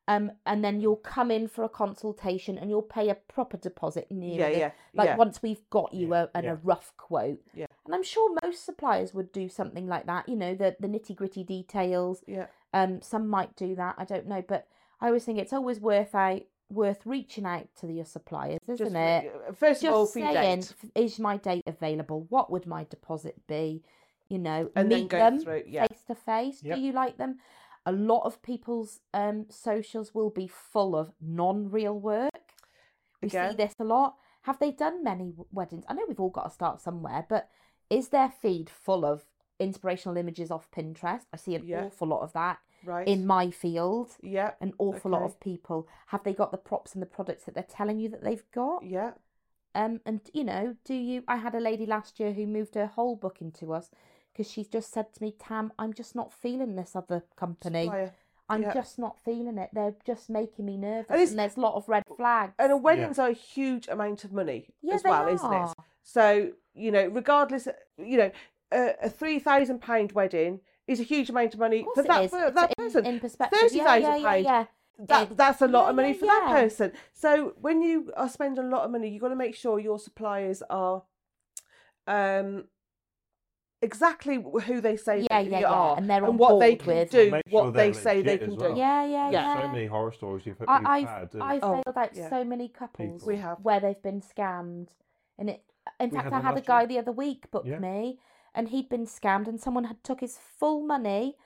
[SPEAKER 2] um, and then you'll come in for a consultation, and you'll pay a proper deposit near
[SPEAKER 3] yeah,
[SPEAKER 2] the-
[SPEAKER 3] yeah,
[SPEAKER 2] like
[SPEAKER 3] yeah.
[SPEAKER 2] once we've got you
[SPEAKER 1] Yeah,
[SPEAKER 2] a, and
[SPEAKER 1] yeah.
[SPEAKER 2] a rough quote.
[SPEAKER 3] Yeah.
[SPEAKER 2] and I'm sure most suppliers would do something like that. You know, the the nitty gritty details.
[SPEAKER 3] Yeah.
[SPEAKER 2] um, some might do that. I don't know, but I always think it's always worth out worth reaching out to your suppliers, isn't
[SPEAKER 3] Just,
[SPEAKER 2] it?
[SPEAKER 3] uh, First of all,
[SPEAKER 2] just
[SPEAKER 3] for your
[SPEAKER 2] saying,
[SPEAKER 3] date,
[SPEAKER 2] f- is my date available? What would my deposit be? You know,
[SPEAKER 3] and then
[SPEAKER 2] meet
[SPEAKER 3] go
[SPEAKER 2] them
[SPEAKER 3] through. Yeah,
[SPEAKER 2] face to face.
[SPEAKER 1] Yep.
[SPEAKER 2] Do you like them? A lot of people's um, socials will be full of non-real work. We see
[SPEAKER 3] Again.
[SPEAKER 2] this a lot. Have they done many w- weddings? I know we've all got to start somewhere, but is their feed full of inspirational images off Pinterest? I see an
[SPEAKER 3] Yeah.
[SPEAKER 2] awful lot of that
[SPEAKER 3] right.
[SPEAKER 2] in my field.
[SPEAKER 3] yeah,
[SPEAKER 2] An awful lot
[SPEAKER 3] Okay.
[SPEAKER 2] of people have they got the props and the products that they're telling you that they've got?
[SPEAKER 3] yeah,
[SPEAKER 2] Um, and you know, do you? I had a lady last year who moved her whole booking to us because she just said to me, Tam, I'm just not feeling this other company.
[SPEAKER 3] supplier.
[SPEAKER 2] I'm
[SPEAKER 3] yeah.
[SPEAKER 2] just not feeling it. They're just making me nervous.
[SPEAKER 3] it's-
[SPEAKER 2] And there's a lot of red flags.
[SPEAKER 3] And a weddings are a huge amount of money
[SPEAKER 2] yeah,
[SPEAKER 3] as
[SPEAKER 2] they
[SPEAKER 3] well,
[SPEAKER 2] are.
[SPEAKER 3] isn't it? So you know, regardless, uh, you know, a, a three thousand pound wedding is a huge amount of money
[SPEAKER 2] Of course
[SPEAKER 3] for
[SPEAKER 2] it
[SPEAKER 3] that
[SPEAKER 2] is.
[SPEAKER 3] for
[SPEAKER 2] It's
[SPEAKER 3] that
[SPEAKER 2] in,
[SPEAKER 3] person.
[SPEAKER 2] in perspective. Yeah, yeah,
[SPEAKER 3] £30,000
[SPEAKER 2] yeah, yeah.
[SPEAKER 3] that
[SPEAKER 2] It-
[SPEAKER 3] that's a lot of
[SPEAKER 2] yeah,
[SPEAKER 3] money
[SPEAKER 2] yeah,
[SPEAKER 3] for
[SPEAKER 2] yeah.
[SPEAKER 3] that person. So when you are spending a lot of money, you've got to make sure your suppliers are um, exactly wh- who they say
[SPEAKER 2] Yeah,
[SPEAKER 3] that
[SPEAKER 2] yeah,
[SPEAKER 3] you
[SPEAKER 2] yeah,
[SPEAKER 3] are
[SPEAKER 2] and they're on
[SPEAKER 3] what they
[SPEAKER 2] board
[SPEAKER 3] can
[SPEAKER 2] with-
[SPEAKER 3] do,
[SPEAKER 1] Make sure
[SPEAKER 3] what they
[SPEAKER 1] they're
[SPEAKER 3] say they
[SPEAKER 1] legit
[SPEAKER 3] can
[SPEAKER 1] as
[SPEAKER 3] do.
[SPEAKER 1] well.
[SPEAKER 2] Yeah, yeah,
[SPEAKER 3] There's
[SPEAKER 1] There's
[SPEAKER 2] yeah.
[SPEAKER 1] so many horror stories you've, you've
[SPEAKER 2] I, I've
[SPEAKER 1] had. and-
[SPEAKER 2] I've
[SPEAKER 3] Oh,
[SPEAKER 2] failed out
[SPEAKER 3] yeah.
[SPEAKER 2] so many couples
[SPEAKER 1] We
[SPEAKER 3] have.
[SPEAKER 2] where they've been scammed, and it. In
[SPEAKER 1] We
[SPEAKER 2] fact,
[SPEAKER 1] had
[SPEAKER 2] I
[SPEAKER 1] one
[SPEAKER 2] had a
[SPEAKER 1] last
[SPEAKER 2] guy
[SPEAKER 1] year.
[SPEAKER 2] the other week book
[SPEAKER 1] Yeah.
[SPEAKER 2] me, and he'd been scammed, and someone had took his full money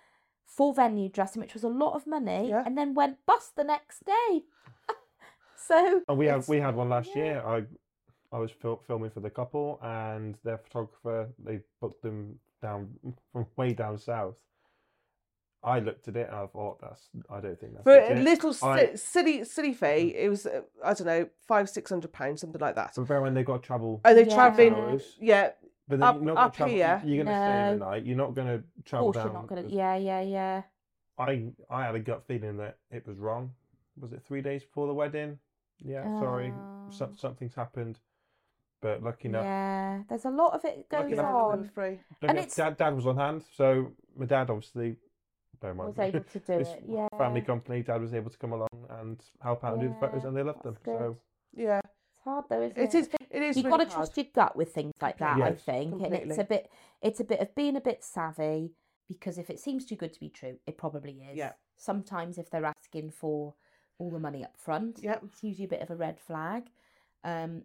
[SPEAKER 2] for venue dressing, which was a lot of money,
[SPEAKER 3] Yeah.
[SPEAKER 2] and then went bust the next day. [laughs] so
[SPEAKER 1] And we had
[SPEAKER 2] it's-
[SPEAKER 1] we had one last
[SPEAKER 2] yeah.
[SPEAKER 1] year. I I was fil- filming for the couple, and their photographer they booked them down [laughs] from way down south. I looked at it and I thought that's I don't think that's
[SPEAKER 3] For a
[SPEAKER 1] legit."
[SPEAKER 3] little si-
[SPEAKER 1] I-
[SPEAKER 3] silly, silly fee, it was uh, I don't know five, six hundred pounds, something like that.
[SPEAKER 1] So bear in mind they got to travel.
[SPEAKER 3] Are they
[SPEAKER 2] Yeah.
[SPEAKER 3] travelling?
[SPEAKER 1] Hours.
[SPEAKER 3] Yeah,
[SPEAKER 1] But then
[SPEAKER 3] up-
[SPEAKER 1] you're not gonna
[SPEAKER 3] up
[SPEAKER 1] travel.
[SPEAKER 3] here,
[SPEAKER 1] You're gonna stay in the
[SPEAKER 2] no.
[SPEAKER 1] night. You're not gonna
[SPEAKER 2] of
[SPEAKER 1] travel
[SPEAKER 2] course
[SPEAKER 1] down.
[SPEAKER 2] you're not gonna.
[SPEAKER 1] as-
[SPEAKER 2] Yeah, yeah, yeah.
[SPEAKER 1] I I had a gut feeling that it was wrong. Was it three days before the wedding? Yeah, sorry, so,
[SPEAKER 2] Oh.
[SPEAKER 1] something's happened. But lucky enough,
[SPEAKER 2] Yeah, there's a lot of it
[SPEAKER 1] Lucky
[SPEAKER 2] goes
[SPEAKER 1] enough-
[SPEAKER 2] on.
[SPEAKER 3] free.
[SPEAKER 1] Don't
[SPEAKER 2] And
[SPEAKER 1] know,
[SPEAKER 2] it's-
[SPEAKER 1] dad, dad was on hand, so my dad obviously don't mind. [laughs]
[SPEAKER 2] Was able to do
[SPEAKER 1] It's
[SPEAKER 2] it. Yeah,
[SPEAKER 1] Family company, dad was able to come along and help out and do the photos,
[SPEAKER 2] Yeah,
[SPEAKER 1] and they loved them.
[SPEAKER 2] that's good.
[SPEAKER 1] So
[SPEAKER 3] Yeah,
[SPEAKER 2] it's hard though, isn't it?
[SPEAKER 3] it is. It is.
[SPEAKER 2] You've
[SPEAKER 3] really
[SPEAKER 2] got to
[SPEAKER 3] hard.
[SPEAKER 2] trust your gut with things like that, I
[SPEAKER 1] Yes.
[SPEAKER 2] think, and it's a
[SPEAKER 3] Completely.
[SPEAKER 2] bit, it's a bit of being a bit savvy because if it seems too good to be true, it probably is.
[SPEAKER 3] Yeah.
[SPEAKER 2] Sometimes if they're asking for all the money up front,
[SPEAKER 3] Yep.
[SPEAKER 2] it's usually a bit of a red flag. Um,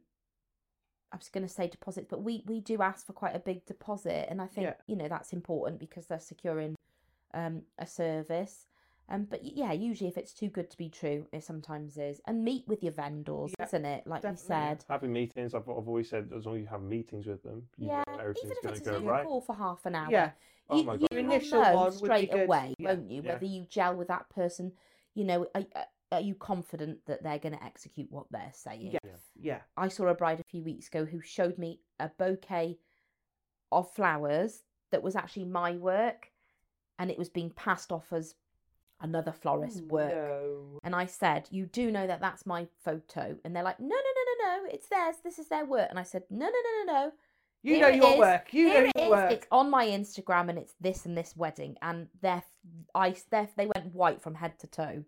[SPEAKER 2] I was going to say deposits, but we we do ask for quite a big deposit, and I think
[SPEAKER 3] Yeah.
[SPEAKER 2] you know that's important because they're securing um, a service. Um, but y- yeah, usually if it's too good to be true, it sometimes is. And meet with your vendors,
[SPEAKER 3] Yeah,
[SPEAKER 2] isn't it? Like
[SPEAKER 3] definitely.
[SPEAKER 2] you said,
[SPEAKER 1] having meetings, I've, I've always said, as long as you have meetings with them, you
[SPEAKER 2] yeah,
[SPEAKER 1] know
[SPEAKER 2] even
[SPEAKER 1] everything's
[SPEAKER 2] if
[SPEAKER 1] going
[SPEAKER 2] it's
[SPEAKER 1] to
[SPEAKER 2] a
[SPEAKER 1] go
[SPEAKER 2] Zoom
[SPEAKER 1] right.
[SPEAKER 2] call for half an hour,
[SPEAKER 3] Yeah.
[SPEAKER 1] Oh
[SPEAKER 2] you,
[SPEAKER 1] my
[SPEAKER 2] you
[SPEAKER 1] God.
[SPEAKER 2] will
[SPEAKER 3] Initial
[SPEAKER 2] know
[SPEAKER 3] one would be
[SPEAKER 2] straight
[SPEAKER 3] good.
[SPEAKER 2] away,
[SPEAKER 3] Yeah.
[SPEAKER 2] won't you?
[SPEAKER 1] Yeah.
[SPEAKER 2] Whether you gel with that person, you know, are, are- are you confident that they're going to execute what they're saying?
[SPEAKER 3] Yes. Yeah.
[SPEAKER 2] I saw a bride a few weeks ago who showed me a bouquet of flowers that was actually my work, and it was being passed off as another florist's work.
[SPEAKER 3] Oh, No.
[SPEAKER 2] And I said, You do know that that's my photo. And they're like, No, no, no, no, no, it's theirs. This is their work. And I said, No, no, no, no, no.
[SPEAKER 3] You
[SPEAKER 2] Here
[SPEAKER 3] know
[SPEAKER 2] it
[SPEAKER 3] your
[SPEAKER 2] is.
[SPEAKER 3] work. You
[SPEAKER 2] Here
[SPEAKER 3] know
[SPEAKER 2] it
[SPEAKER 3] your
[SPEAKER 2] is.
[SPEAKER 3] work.
[SPEAKER 2] It's on my Instagram and it's this and this wedding. And they're, I, they're, they went white from head
[SPEAKER 3] [laughs]
[SPEAKER 2] to toe.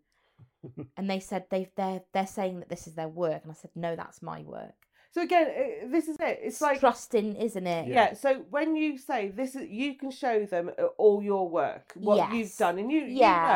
[SPEAKER 2] and they said, they, they're, they're saying that this is their work. And I said, No, that's my work.
[SPEAKER 3] So again, i this is it. It's like
[SPEAKER 2] trusting, isn't it?
[SPEAKER 1] Yeah.
[SPEAKER 3] yeah. So when you say this is, you can show them uh, all your work, what you've
[SPEAKER 2] Yes.
[SPEAKER 3] done, and you
[SPEAKER 2] Yeah.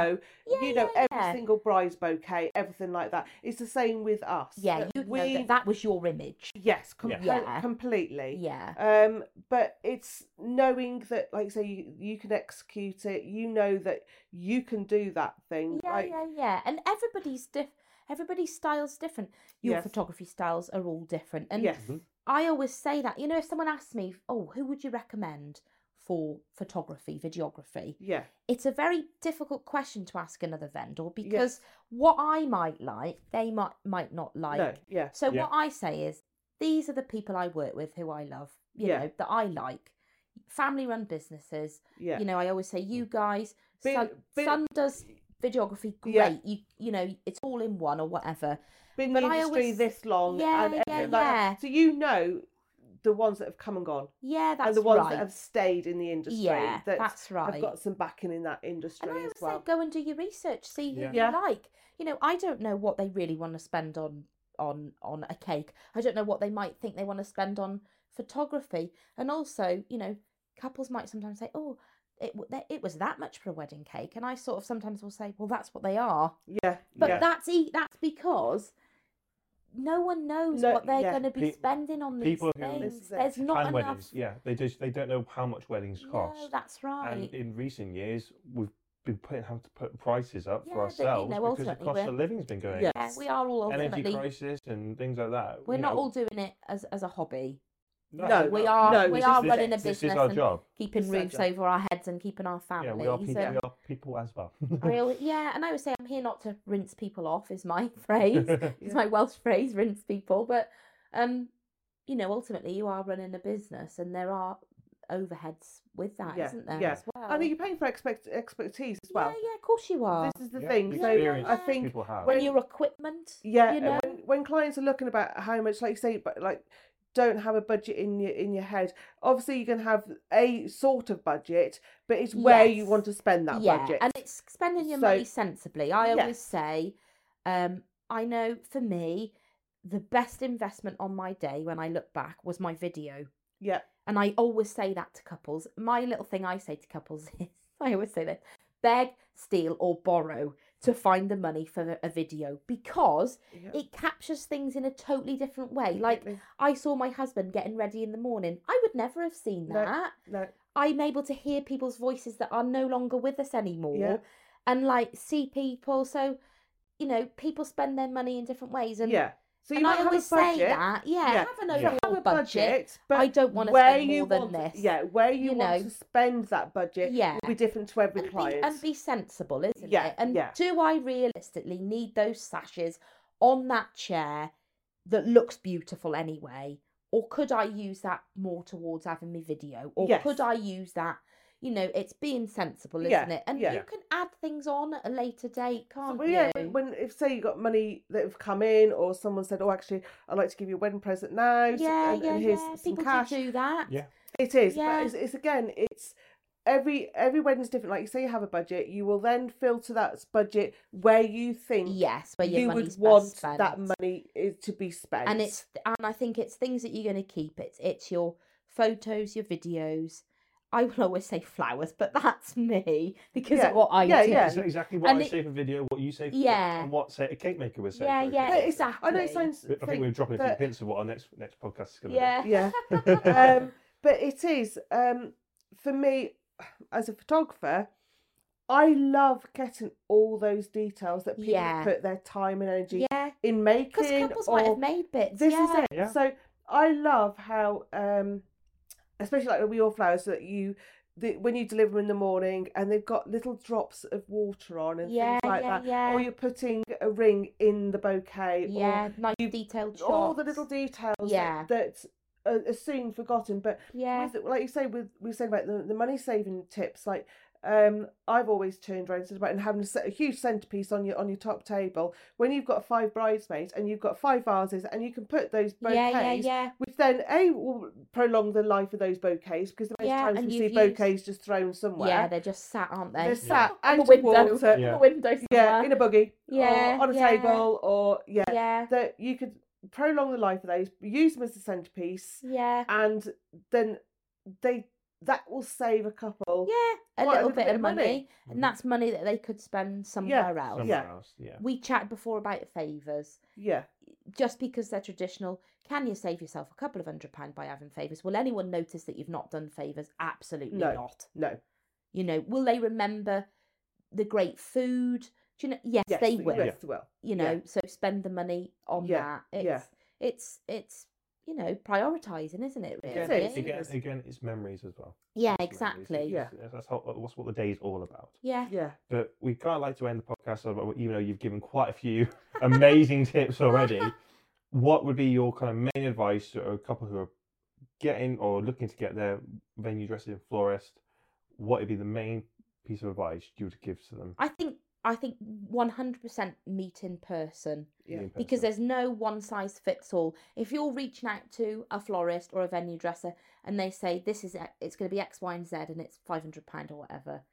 [SPEAKER 3] you know
[SPEAKER 2] Yeah,
[SPEAKER 3] you know
[SPEAKER 2] yeah,
[SPEAKER 3] every
[SPEAKER 2] yeah.
[SPEAKER 3] single bride's bouquet, everything like that. It's the same with us.
[SPEAKER 2] Yeah,
[SPEAKER 3] that
[SPEAKER 2] you
[SPEAKER 3] we
[SPEAKER 2] know that that was your image.
[SPEAKER 3] yes, com-
[SPEAKER 2] Yeah.
[SPEAKER 3] completely.
[SPEAKER 2] Yeah.
[SPEAKER 3] um but it's knowing that like say you, you can execute it you know that you can do that thing
[SPEAKER 2] Yeah,
[SPEAKER 3] like
[SPEAKER 2] yeah, yeah. And everybody's diff. Everybody's style's different. Your
[SPEAKER 3] Yes.
[SPEAKER 2] photography styles are all different. And
[SPEAKER 3] yes
[SPEAKER 1] Mhm.
[SPEAKER 2] I always say that. You know, if someone asks me, "Oh, who would you recommend for photography, videography?"
[SPEAKER 3] yeah
[SPEAKER 2] It's a very difficult question to ask another vendor because what I might like, they might might not like.
[SPEAKER 3] no yeah
[SPEAKER 2] So
[SPEAKER 1] Yeah.
[SPEAKER 2] what I say is, these are the people I work with who I love. You
[SPEAKER 3] Yeah.
[SPEAKER 2] know that I like. Family-run businesses.
[SPEAKER 3] yeah Mm.
[SPEAKER 2] You know, I always say, "You guys,
[SPEAKER 3] Bit-
[SPEAKER 2] son,
[SPEAKER 3] bit-
[SPEAKER 2] son does videography great.
[SPEAKER 3] Yeah.
[SPEAKER 2] You you know, it's all in one or whatever."
[SPEAKER 3] been in the
[SPEAKER 2] but I
[SPEAKER 3] industry
[SPEAKER 2] always-
[SPEAKER 3] this long
[SPEAKER 2] Yeah,
[SPEAKER 3] and
[SPEAKER 2] yeah,
[SPEAKER 3] everything like that.
[SPEAKER 2] yeah.
[SPEAKER 3] so you know the ones that have come and gone
[SPEAKER 2] Yeah, that's
[SPEAKER 3] and the ones
[SPEAKER 2] right.
[SPEAKER 3] that have stayed in the industry
[SPEAKER 2] yeah,
[SPEAKER 3] that
[SPEAKER 2] that's right.
[SPEAKER 3] have got some backing in that industry
[SPEAKER 2] And I
[SPEAKER 3] as
[SPEAKER 2] always
[SPEAKER 3] well
[SPEAKER 2] say, go and do your research, see who
[SPEAKER 1] Yeah.
[SPEAKER 2] you
[SPEAKER 3] Yeah.
[SPEAKER 2] like. You know, I don't know what they really want to spend on on on a cake. I don't know what they might think they want to spend on photography. And also, you know, couples might sometimes say, "Oh, it w- that- it was that much for a wedding cake," and I sort of sometimes will say, "Well, that's what they are."
[SPEAKER 3] yeah
[SPEAKER 2] But
[SPEAKER 3] yeah
[SPEAKER 2] that's e- that's because. No one knows
[SPEAKER 3] No,
[SPEAKER 2] what they're
[SPEAKER 3] yeah.
[SPEAKER 2] going to be
[SPEAKER 1] Pe-
[SPEAKER 2] spending on these
[SPEAKER 1] people who-
[SPEAKER 2] things.
[SPEAKER 3] This is it.
[SPEAKER 2] There's not
[SPEAKER 1] Plan
[SPEAKER 2] enough.
[SPEAKER 1] weddings, yeah, they just they don't know how much weddings cost.
[SPEAKER 2] No, that's right.
[SPEAKER 1] And in recent years, we've been putting have to put prices up
[SPEAKER 2] Yeah,
[SPEAKER 1] for
[SPEAKER 2] but, you know,
[SPEAKER 1] ourselves because the
[SPEAKER 2] ultimately
[SPEAKER 1] cost
[SPEAKER 2] we're-
[SPEAKER 1] of living's been going.
[SPEAKER 3] Yeah.
[SPEAKER 1] up.
[SPEAKER 2] yeah, we are all
[SPEAKER 1] Energy
[SPEAKER 2] ultimately
[SPEAKER 1] crisis and things like that.
[SPEAKER 2] We're
[SPEAKER 1] you
[SPEAKER 2] not
[SPEAKER 1] know.
[SPEAKER 2] all doing it as, as a hobby.
[SPEAKER 3] No,
[SPEAKER 2] we are-
[SPEAKER 3] no, we
[SPEAKER 1] this
[SPEAKER 3] are
[SPEAKER 1] is-
[SPEAKER 2] running a
[SPEAKER 1] This
[SPEAKER 2] business
[SPEAKER 1] is our
[SPEAKER 2] and-
[SPEAKER 1] job.
[SPEAKER 2] Keeping
[SPEAKER 3] Just
[SPEAKER 2] roofs
[SPEAKER 3] that.
[SPEAKER 2] over our heads and keeping our family.
[SPEAKER 1] Yeah, we are, people,
[SPEAKER 2] so
[SPEAKER 1] we are people as well.
[SPEAKER 2] I
[SPEAKER 1] [laughs]
[SPEAKER 2] al- yeah, and I always say I'm here not to rinse people off is my [laughs]
[SPEAKER 3] [laughs]
[SPEAKER 2] phrase.
[SPEAKER 3] Yeah.
[SPEAKER 2] it's my Welsh phrase, rinse people. But um, you know, ultimately you are running a business and there are overheads with that,
[SPEAKER 3] Yeah,
[SPEAKER 2] not there?
[SPEAKER 3] yeah.
[SPEAKER 2] As well.
[SPEAKER 3] and you're paying for expect- expertise as well
[SPEAKER 2] Yeah, yeah, of course you are.
[SPEAKER 3] this is the
[SPEAKER 1] Yeah,
[SPEAKER 3] thing
[SPEAKER 1] the
[SPEAKER 3] so
[SPEAKER 1] experience
[SPEAKER 3] i
[SPEAKER 2] that
[SPEAKER 3] think
[SPEAKER 1] people have.
[SPEAKER 3] when
[SPEAKER 2] and your equipment.
[SPEAKER 3] Yeah,
[SPEAKER 2] you
[SPEAKER 3] and
[SPEAKER 2] know?
[SPEAKER 3] when, when clients are looking about how much, like you say, but like don't have a budget in your in your head. Obviously, you can have a sort of budget, but it's where you
[SPEAKER 2] Yes.
[SPEAKER 3] want to spend that
[SPEAKER 2] yeah,
[SPEAKER 3] budget.
[SPEAKER 2] and it's spending your
[SPEAKER 3] So-
[SPEAKER 2] money sensibly. I
[SPEAKER 3] Yeah.
[SPEAKER 2] always say, um, I know for me, the best investment on my day when I look back was my video
[SPEAKER 3] Yeah.
[SPEAKER 2] And I always say that to couples. My little thing I say to couples [laughs] is I always say this beg, steal, or borrow to find the money for a video because
[SPEAKER 3] yeah.
[SPEAKER 2] it captures things in a totally different way. Like, I saw my husband getting ready in the morning. I would never have seen
[SPEAKER 3] No.
[SPEAKER 2] that.
[SPEAKER 3] no,
[SPEAKER 2] I'm able to hear people's voices that are no longer with us anymore
[SPEAKER 3] Yeah.
[SPEAKER 2] and like see people. So, you know, people spend their money in different ways. And,
[SPEAKER 3] yeah. So you
[SPEAKER 2] and I
[SPEAKER 3] might have a
[SPEAKER 2] always say
[SPEAKER 3] budget.
[SPEAKER 2] that, yeah,
[SPEAKER 3] Yeah.
[SPEAKER 2] have an
[SPEAKER 1] Yeah.
[SPEAKER 2] overall
[SPEAKER 1] Have
[SPEAKER 3] Have a
[SPEAKER 2] budget.
[SPEAKER 3] budget, but
[SPEAKER 2] I don't wanna
[SPEAKER 3] where
[SPEAKER 2] spend
[SPEAKER 3] you
[SPEAKER 2] more than
[SPEAKER 3] want-
[SPEAKER 2] this.
[SPEAKER 3] Yeah, where you,
[SPEAKER 2] You
[SPEAKER 3] want
[SPEAKER 2] know.
[SPEAKER 3] to spend that budget
[SPEAKER 2] Yeah.
[SPEAKER 3] will be different to every
[SPEAKER 2] and be,
[SPEAKER 3] client.
[SPEAKER 2] and be sensible, isn't
[SPEAKER 3] Yeah,
[SPEAKER 2] it? And
[SPEAKER 3] yeah.
[SPEAKER 2] do I realistically need those sashes on that chair that looks beautiful anyway? Or could I use that more towards having me video? Or
[SPEAKER 3] Yes.
[SPEAKER 2] could I use that? You know, it's being sensible, isn't
[SPEAKER 3] Yeah,
[SPEAKER 2] it? And
[SPEAKER 3] yeah.
[SPEAKER 2] you can add things on at a later date, can't
[SPEAKER 3] Well,
[SPEAKER 2] you?
[SPEAKER 3] yeah, when- when if say you got money that have come in, or someone said, "Oh, actually, I'd like to give you a wedding present now," so-
[SPEAKER 2] yeah,
[SPEAKER 3] and,
[SPEAKER 2] yeah,
[SPEAKER 3] and uh, here's
[SPEAKER 2] yeah.
[SPEAKER 3] some
[SPEAKER 2] People
[SPEAKER 3] cash.
[SPEAKER 2] do do that.
[SPEAKER 1] Yeah.
[SPEAKER 3] It is,
[SPEAKER 2] Yeah.
[SPEAKER 3] but it's, it's again, it's every every wedding's different. Like you say, you have a budget, you will then filter that budget where you think
[SPEAKER 2] Yes, where your
[SPEAKER 3] you would
[SPEAKER 2] money's best
[SPEAKER 3] want
[SPEAKER 2] spent.
[SPEAKER 3] that money is to be spent.
[SPEAKER 2] and it's and I think it's things that you're going to keep. It's it's your photos, your videos. I will always say flowers, but that's me because
[SPEAKER 3] Yeah,
[SPEAKER 2] of what I
[SPEAKER 3] yeah,
[SPEAKER 2] do.
[SPEAKER 3] yeah.
[SPEAKER 1] It's exactly what
[SPEAKER 2] And
[SPEAKER 1] I
[SPEAKER 2] it-
[SPEAKER 1] say for video, what you say for
[SPEAKER 2] Yeah.
[SPEAKER 1] and what say a cake maker would say.
[SPEAKER 2] Yeah,
[SPEAKER 1] for a
[SPEAKER 2] yeah,
[SPEAKER 1] cake maker.
[SPEAKER 2] exactly.
[SPEAKER 3] I know it sounds.
[SPEAKER 1] I think
[SPEAKER 3] thing-
[SPEAKER 1] we're dropping a few
[SPEAKER 3] but-
[SPEAKER 1] hints of what our next next podcast is going to
[SPEAKER 2] Yeah.
[SPEAKER 3] yeah.
[SPEAKER 1] be.
[SPEAKER 2] [laughs]
[SPEAKER 3] um, but it is um, for me as a photographer. I love getting all those details that people
[SPEAKER 2] Yeah.
[SPEAKER 3] put their time and energy
[SPEAKER 2] Yeah,
[SPEAKER 3] in
[SPEAKER 2] because
[SPEAKER 3] making.
[SPEAKER 2] couples
[SPEAKER 3] or
[SPEAKER 2] might have made bits.
[SPEAKER 3] this
[SPEAKER 2] yeah.
[SPEAKER 3] is it.
[SPEAKER 1] Yeah.
[SPEAKER 3] So I love how, um, especially like with your flowers, that you the, when you deliver them in the morning and they've got little drops of water on and
[SPEAKER 2] Yeah,
[SPEAKER 3] things like
[SPEAKER 2] yeah,
[SPEAKER 3] that,
[SPEAKER 2] yeah,
[SPEAKER 3] or you're putting a ring in the bouquet,
[SPEAKER 2] yeah. Nice detailed
[SPEAKER 3] or all the
[SPEAKER 2] shots.
[SPEAKER 3] little details that-
[SPEAKER 2] Yeah.
[SPEAKER 3] that are, are soon forgotten, but
[SPEAKER 2] Yeah,
[SPEAKER 3] with, like you say, with we said about the, the money saving tips, like um, I've always turned around and said about and having a, se- a huge centerpiece on your on your top table when you've got five bridesmaids and you've got five vases and you can put those
[SPEAKER 2] yeah,
[SPEAKER 3] bouquets,
[SPEAKER 2] yeah, yeah.
[SPEAKER 3] which then a will prolong the life of those bouquets because the most
[SPEAKER 2] Yeah,
[SPEAKER 3] times
[SPEAKER 2] and
[SPEAKER 3] we see
[SPEAKER 2] you've used-
[SPEAKER 3] bouquets just thrown somewhere.
[SPEAKER 2] Yeah, they're just sat, aren't they?
[SPEAKER 3] they're
[SPEAKER 1] Yeah.
[SPEAKER 3] sat
[SPEAKER 2] On
[SPEAKER 3] out
[SPEAKER 2] the
[SPEAKER 3] of
[SPEAKER 2] window.
[SPEAKER 3] water,
[SPEAKER 1] Yeah.
[SPEAKER 2] The window somewhere.
[SPEAKER 3] yeah, in a buggy, or
[SPEAKER 2] Yeah,
[SPEAKER 3] on a
[SPEAKER 2] yeah.
[SPEAKER 3] table, or yeah,
[SPEAKER 2] yeah,
[SPEAKER 3] that you could prolong the life of those, use them as a centerpiece,
[SPEAKER 2] yeah,
[SPEAKER 3] and then they that will save a couple.
[SPEAKER 2] yeah.
[SPEAKER 3] Quite a
[SPEAKER 2] A little
[SPEAKER 3] little
[SPEAKER 2] bit of money. and that's money that they could spend somewhere else.
[SPEAKER 1] Somewhere
[SPEAKER 3] Yeah.
[SPEAKER 1] else. Yeah.
[SPEAKER 2] We chatted before about favours.
[SPEAKER 3] Yeah,
[SPEAKER 2] Just because they're traditional, can you save yourself a couple of hundred pounds by having favours? Will anyone notice that you've not done favours? Absolutely
[SPEAKER 3] No.
[SPEAKER 2] not.
[SPEAKER 3] no,
[SPEAKER 2] You know, will they remember the great food? Do you know? Yes,
[SPEAKER 3] yes,
[SPEAKER 2] they will.
[SPEAKER 3] Yes, they will.
[SPEAKER 2] You know, so spend the money on
[SPEAKER 3] Yeah,
[SPEAKER 2] that. It's,
[SPEAKER 3] yeah.
[SPEAKER 2] it's it's you know prioritising, isn't it? Really?
[SPEAKER 3] It
[SPEAKER 1] Again,
[SPEAKER 3] is.
[SPEAKER 1] again,
[SPEAKER 3] Yes.
[SPEAKER 1] again, it's memories as well.
[SPEAKER 2] Yeah,
[SPEAKER 1] It's memories.
[SPEAKER 2] exactly.
[SPEAKER 1] It's- it's- That's how, that's what the day is all about.
[SPEAKER 2] Yeah.
[SPEAKER 3] Yeah,
[SPEAKER 1] But we kind of like to end the podcast, on what- even though you've given quite a
[SPEAKER 2] [laughs]
[SPEAKER 1] few amazing tips already. What would be your kind of main advice to a couple who are getting or looking to get their venue dressed in florist? What would be the main piece of advice you would give to them?
[SPEAKER 2] I think I think one hundred percent meet in person.
[SPEAKER 3] yeah,
[SPEAKER 1] in
[SPEAKER 2] because
[SPEAKER 1] person?
[SPEAKER 2] there's no one size fits all. If you're reaching out to a florist or a venue dresser and they say this is e-, it's going to be X, Y, and Z, and it's five hundred pound or whatever,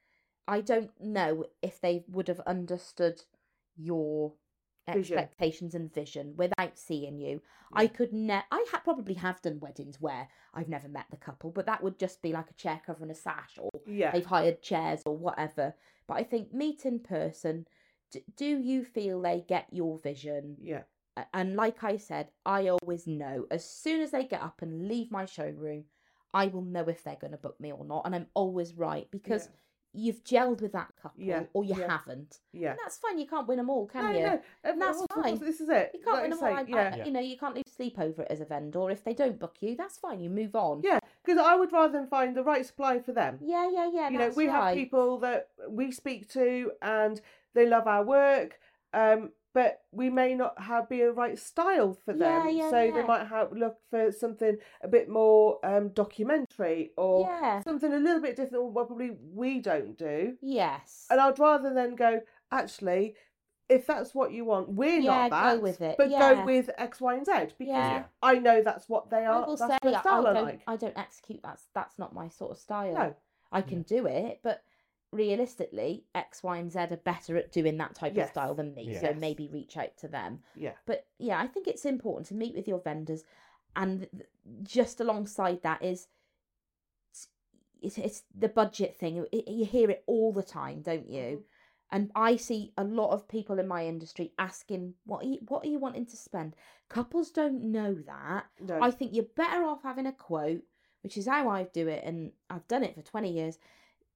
[SPEAKER 2] I don't know if they would have understood your
[SPEAKER 3] Vision.
[SPEAKER 2] expectations and vision without seeing you. I
[SPEAKER 3] Yeah.
[SPEAKER 2] could ne- I ha- probably have done weddings where I've never met the couple, but that would just be like a chair cover and a sash or
[SPEAKER 3] yeah,
[SPEAKER 2] they've hired chairs or whatever. But I think meet in person. D- do you feel they get your [laughs] vision?
[SPEAKER 3] yeah,
[SPEAKER 2] A- And like I said, I always know as soon as they get up and leave my showroom, I will know if they're going to book me or not. And I'm always right because you've gelled with that couple
[SPEAKER 3] Yeah,
[SPEAKER 2] or you
[SPEAKER 3] yeah.
[SPEAKER 2] haven't.
[SPEAKER 3] yeah.
[SPEAKER 2] And that's fine. You can't win them all, can
[SPEAKER 3] no,
[SPEAKER 2] you?
[SPEAKER 3] no, and
[SPEAKER 2] that's
[SPEAKER 3] also, also,
[SPEAKER 2] fine.
[SPEAKER 3] This is it.
[SPEAKER 2] You can't
[SPEAKER 3] like
[SPEAKER 2] win
[SPEAKER 3] you
[SPEAKER 2] them all.
[SPEAKER 3] say,
[SPEAKER 2] I-
[SPEAKER 3] yeah,
[SPEAKER 2] I,
[SPEAKER 1] Yeah.
[SPEAKER 2] You know, you can't lose sleep over it as a vendor. If they don't book you, that's fine. You move on.
[SPEAKER 3] Yeah. because I would rather than find the right supply for them.
[SPEAKER 2] yeah, yeah. yeah
[SPEAKER 3] you know,
[SPEAKER 2] that's
[SPEAKER 3] we have
[SPEAKER 2] right.
[SPEAKER 3] people that we speak to and they love our work, um, but we may not have be a right style for them.
[SPEAKER 2] Yeah, yeah,
[SPEAKER 3] so
[SPEAKER 2] yeah.
[SPEAKER 3] they might have look for something a bit more um, documentary or
[SPEAKER 2] Yeah.
[SPEAKER 3] something a little bit different. Well, probably we don't do.
[SPEAKER 2] Yes.
[SPEAKER 3] And I'd rather than go actually. If that's what you want, we're
[SPEAKER 2] Yeah,
[SPEAKER 3] not
[SPEAKER 2] go
[SPEAKER 3] that.
[SPEAKER 2] with it,
[SPEAKER 3] But
[SPEAKER 2] yeah.
[SPEAKER 3] go with X, Y, and Z because
[SPEAKER 2] Yeah.
[SPEAKER 1] Yeah.
[SPEAKER 3] I know that's what they are.
[SPEAKER 2] I will
[SPEAKER 3] that's
[SPEAKER 2] say
[SPEAKER 3] the
[SPEAKER 2] I, I
[SPEAKER 3] style I,
[SPEAKER 2] don't,
[SPEAKER 3] like.
[SPEAKER 2] I don't execute. That's that's not my sort of style.
[SPEAKER 3] No.
[SPEAKER 2] I can do it, but realistically, X, Y, and Z are better at doing that type
[SPEAKER 3] Yes.
[SPEAKER 2] of style than me. So
[SPEAKER 1] Yes.
[SPEAKER 2] maybe reach out to them.
[SPEAKER 3] Yeah.
[SPEAKER 2] But yeah, I think it's important to meet with your vendors. and th- just alongside that is it's, it's the budget thing. It, you hear it all the time, don't
[SPEAKER 3] Mm-hmm.
[SPEAKER 2] you? And I see a lot of people in my industry asking, "What are you, what are you wanting to spend?" Couples don't know that.
[SPEAKER 3] No.
[SPEAKER 2] I think you're better off having a quote, which is how I do it, and I've done it for 20 years.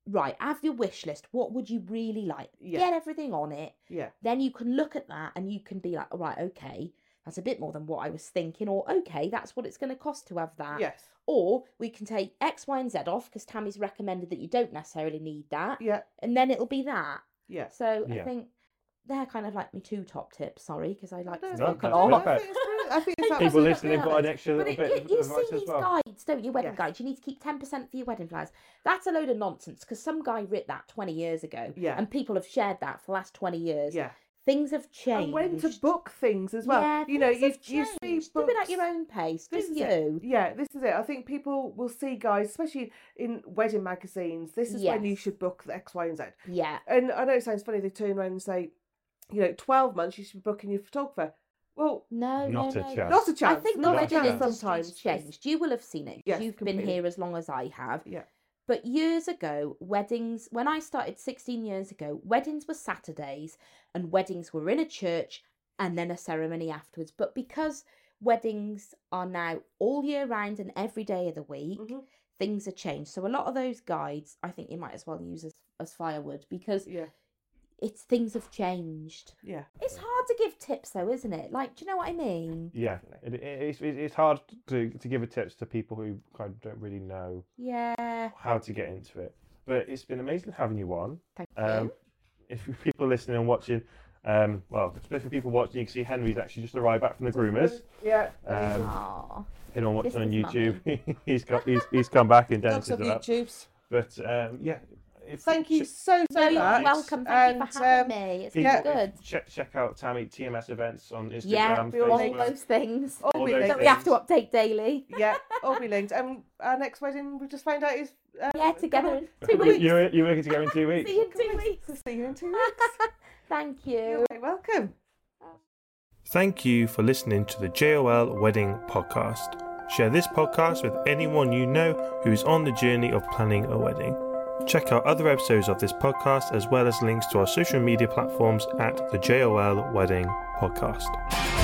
[SPEAKER 2] Right, have your wish list. What would you really like?
[SPEAKER 3] Yeah.
[SPEAKER 2] Get everything on it.
[SPEAKER 3] yeah.
[SPEAKER 2] Then you can look at that and you can be like, all right, okay, that's a bit more than what I was thinking, or okay, that's what it's going to cost to have that.
[SPEAKER 3] Yes.
[SPEAKER 2] Or we can take X, Y, and Z off because Tammy's recommended that you don't necessarily need that.
[SPEAKER 3] Yeah.
[SPEAKER 2] And then it'll be that.
[SPEAKER 3] Yes.
[SPEAKER 2] So I
[SPEAKER 1] Yeah.
[SPEAKER 2] think they're kind of like my two top tips, sorry, because I like
[SPEAKER 3] No,
[SPEAKER 2] to
[SPEAKER 1] No,
[SPEAKER 2] talk a
[SPEAKER 1] that's
[SPEAKER 2] lot.
[SPEAKER 1] perfect.
[SPEAKER 3] I think it's brilliant. I think [laughs] it's
[SPEAKER 1] People
[SPEAKER 3] absolutely
[SPEAKER 1] listening have got an
[SPEAKER 3] brilliant.
[SPEAKER 1] extra
[SPEAKER 2] But
[SPEAKER 1] little
[SPEAKER 2] it,
[SPEAKER 1] bit
[SPEAKER 2] it,
[SPEAKER 1] of
[SPEAKER 2] you
[SPEAKER 1] advice
[SPEAKER 2] see
[SPEAKER 1] as
[SPEAKER 2] these
[SPEAKER 1] well.
[SPEAKER 2] guides, don't you? Wedding
[SPEAKER 3] Yes.
[SPEAKER 2] guides. You need to keep ten percent for your wedding flowers. That's a load of nonsense because some guy writ that twenty years ago,
[SPEAKER 3] Yeah.
[SPEAKER 2] and people have shared that for the last twenty years.
[SPEAKER 3] Yeah.
[SPEAKER 2] Things have changed.
[SPEAKER 3] And when to book things as well.
[SPEAKER 2] Yeah,
[SPEAKER 3] you know, you,
[SPEAKER 2] things have
[SPEAKER 3] you see
[SPEAKER 2] changed. Do
[SPEAKER 3] books.
[SPEAKER 2] it at your own pace.
[SPEAKER 3] This
[SPEAKER 2] Just
[SPEAKER 3] is it.
[SPEAKER 2] you.
[SPEAKER 3] Yeah, this is it. I think people will see guys, especially in wedding magazines, this is when you
[SPEAKER 2] Yes.
[SPEAKER 3] should book the X, Y, and Z.
[SPEAKER 2] Yeah.
[SPEAKER 3] And I know it sounds funny, they turn around and say, you know, 12 months you should be booking your photographer. Well,
[SPEAKER 2] No.
[SPEAKER 1] Not
[SPEAKER 2] no,
[SPEAKER 1] a
[SPEAKER 2] no.
[SPEAKER 1] chance.
[SPEAKER 3] not a
[SPEAKER 2] I
[SPEAKER 3] chance.
[SPEAKER 2] think the
[SPEAKER 3] not a
[SPEAKER 2] wedding
[SPEAKER 1] chance.
[SPEAKER 3] chance.
[SPEAKER 2] industry's
[SPEAKER 3] sometimes.
[SPEAKER 2] changed. You will have seen it. 'cause
[SPEAKER 3] Yes,
[SPEAKER 2] You've been
[SPEAKER 3] completely.
[SPEAKER 2] here as long as I have.
[SPEAKER 3] Yeah.
[SPEAKER 2] But years ago, weddings, when I started 16 years ago, weddings were Saturdays and weddings were in a church and then a ceremony afterwards. But because weddings are now all year round and every day of the week,
[SPEAKER 3] Mhm.
[SPEAKER 2] things are changed. So a lot of those guides, I think you might as well use as, as firewood because
[SPEAKER 3] Yeah.
[SPEAKER 2] it's things have changed.
[SPEAKER 3] Yeah.
[SPEAKER 2] It's hard to give tips though, isn't it? Like, do you know what I mean?
[SPEAKER 1] Yeah, it, it, it's, it- it's hard to, to give a tips to people who kind of don't really know
[SPEAKER 2] Yeah.
[SPEAKER 1] how to get into it. But it's been amazing having you on.
[SPEAKER 2] Thank
[SPEAKER 1] Um,
[SPEAKER 2] you.
[SPEAKER 1] if [laughs] people listening and watching, um, well, especially people watching, you can see Henry's actually just arrived back from the groomers.
[SPEAKER 3] Yeah.
[SPEAKER 1] Um,
[SPEAKER 2] Aw.
[SPEAKER 1] if anyone watching on
[SPEAKER 2] This is
[SPEAKER 1] YouTube, [laughs] he's got he's, he's come back and
[SPEAKER 3] Dogs
[SPEAKER 1] danced
[SPEAKER 3] of
[SPEAKER 1] it up.
[SPEAKER 3] YouTubes.
[SPEAKER 1] But um, yeah, if,
[SPEAKER 3] Thank you so, so
[SPEAKER 2] No,
[SPEAKER 3] much.
[SPEAKER 2] you're welcome. Thank you
[SPEAKER 3] And,
[SPEAKER 2] for having
[SPEAKER 3] um,
[SPEAKER 2] me. It's
[SPEAKER 1] people-
[SPEAKER 2] been
[SPEAKER 3] yeah.
[SPEAKER 2] good.
[SPEAKER 1] Check check out Tammy TMS events on Instagram.
[SPEAKER 2] Yeah,
[SPEAKER 3] we all
[SPEAKER 2] all
[SPEAKER 3] Thanks.
[SPEAKER 1] Facebook. [laughs]
[SPEAKER 2] those things
[SPEAKER 3] all
[SPEAKER 1] All
[SPEAKER 3] be
[SPEAKER 1] those
[SPEAKER 3] linked.
[SPEAKER 2] that we have to
[SPEAKER 1] things.
[SPEAKER 2] update daily.
[SPEAKER 3] yeah, all be linked. And our next wedding, we just found out is uh,
[SPEAKER 2] Yeah,
[SPEAKER 3] [laughs]
[SPEAKER 2] together in two
[SPEAKER 1] You-
[SPEAKER 2] weeks.
[SPEAKER 1] You're, you're working together in two weeks.
[SPEAKER 2] [laughs] See you in two weeks. [laughs]
[SPEAKER 3] See you in two weeks.
[SPEAKER 2] Thank
[SPEAKER 3] You're
[SPEAKER 2] you.
[SPEAKER 3] very welcome.
[SPEAKER 1] Thank you for listening to the JOL Wedding Podcast. Share this podcast with anyone you know who is on the journey of planning a wedding. Check out other episodes of this podcast as well as links to our social media platforms at the JOL Wedding Podcast.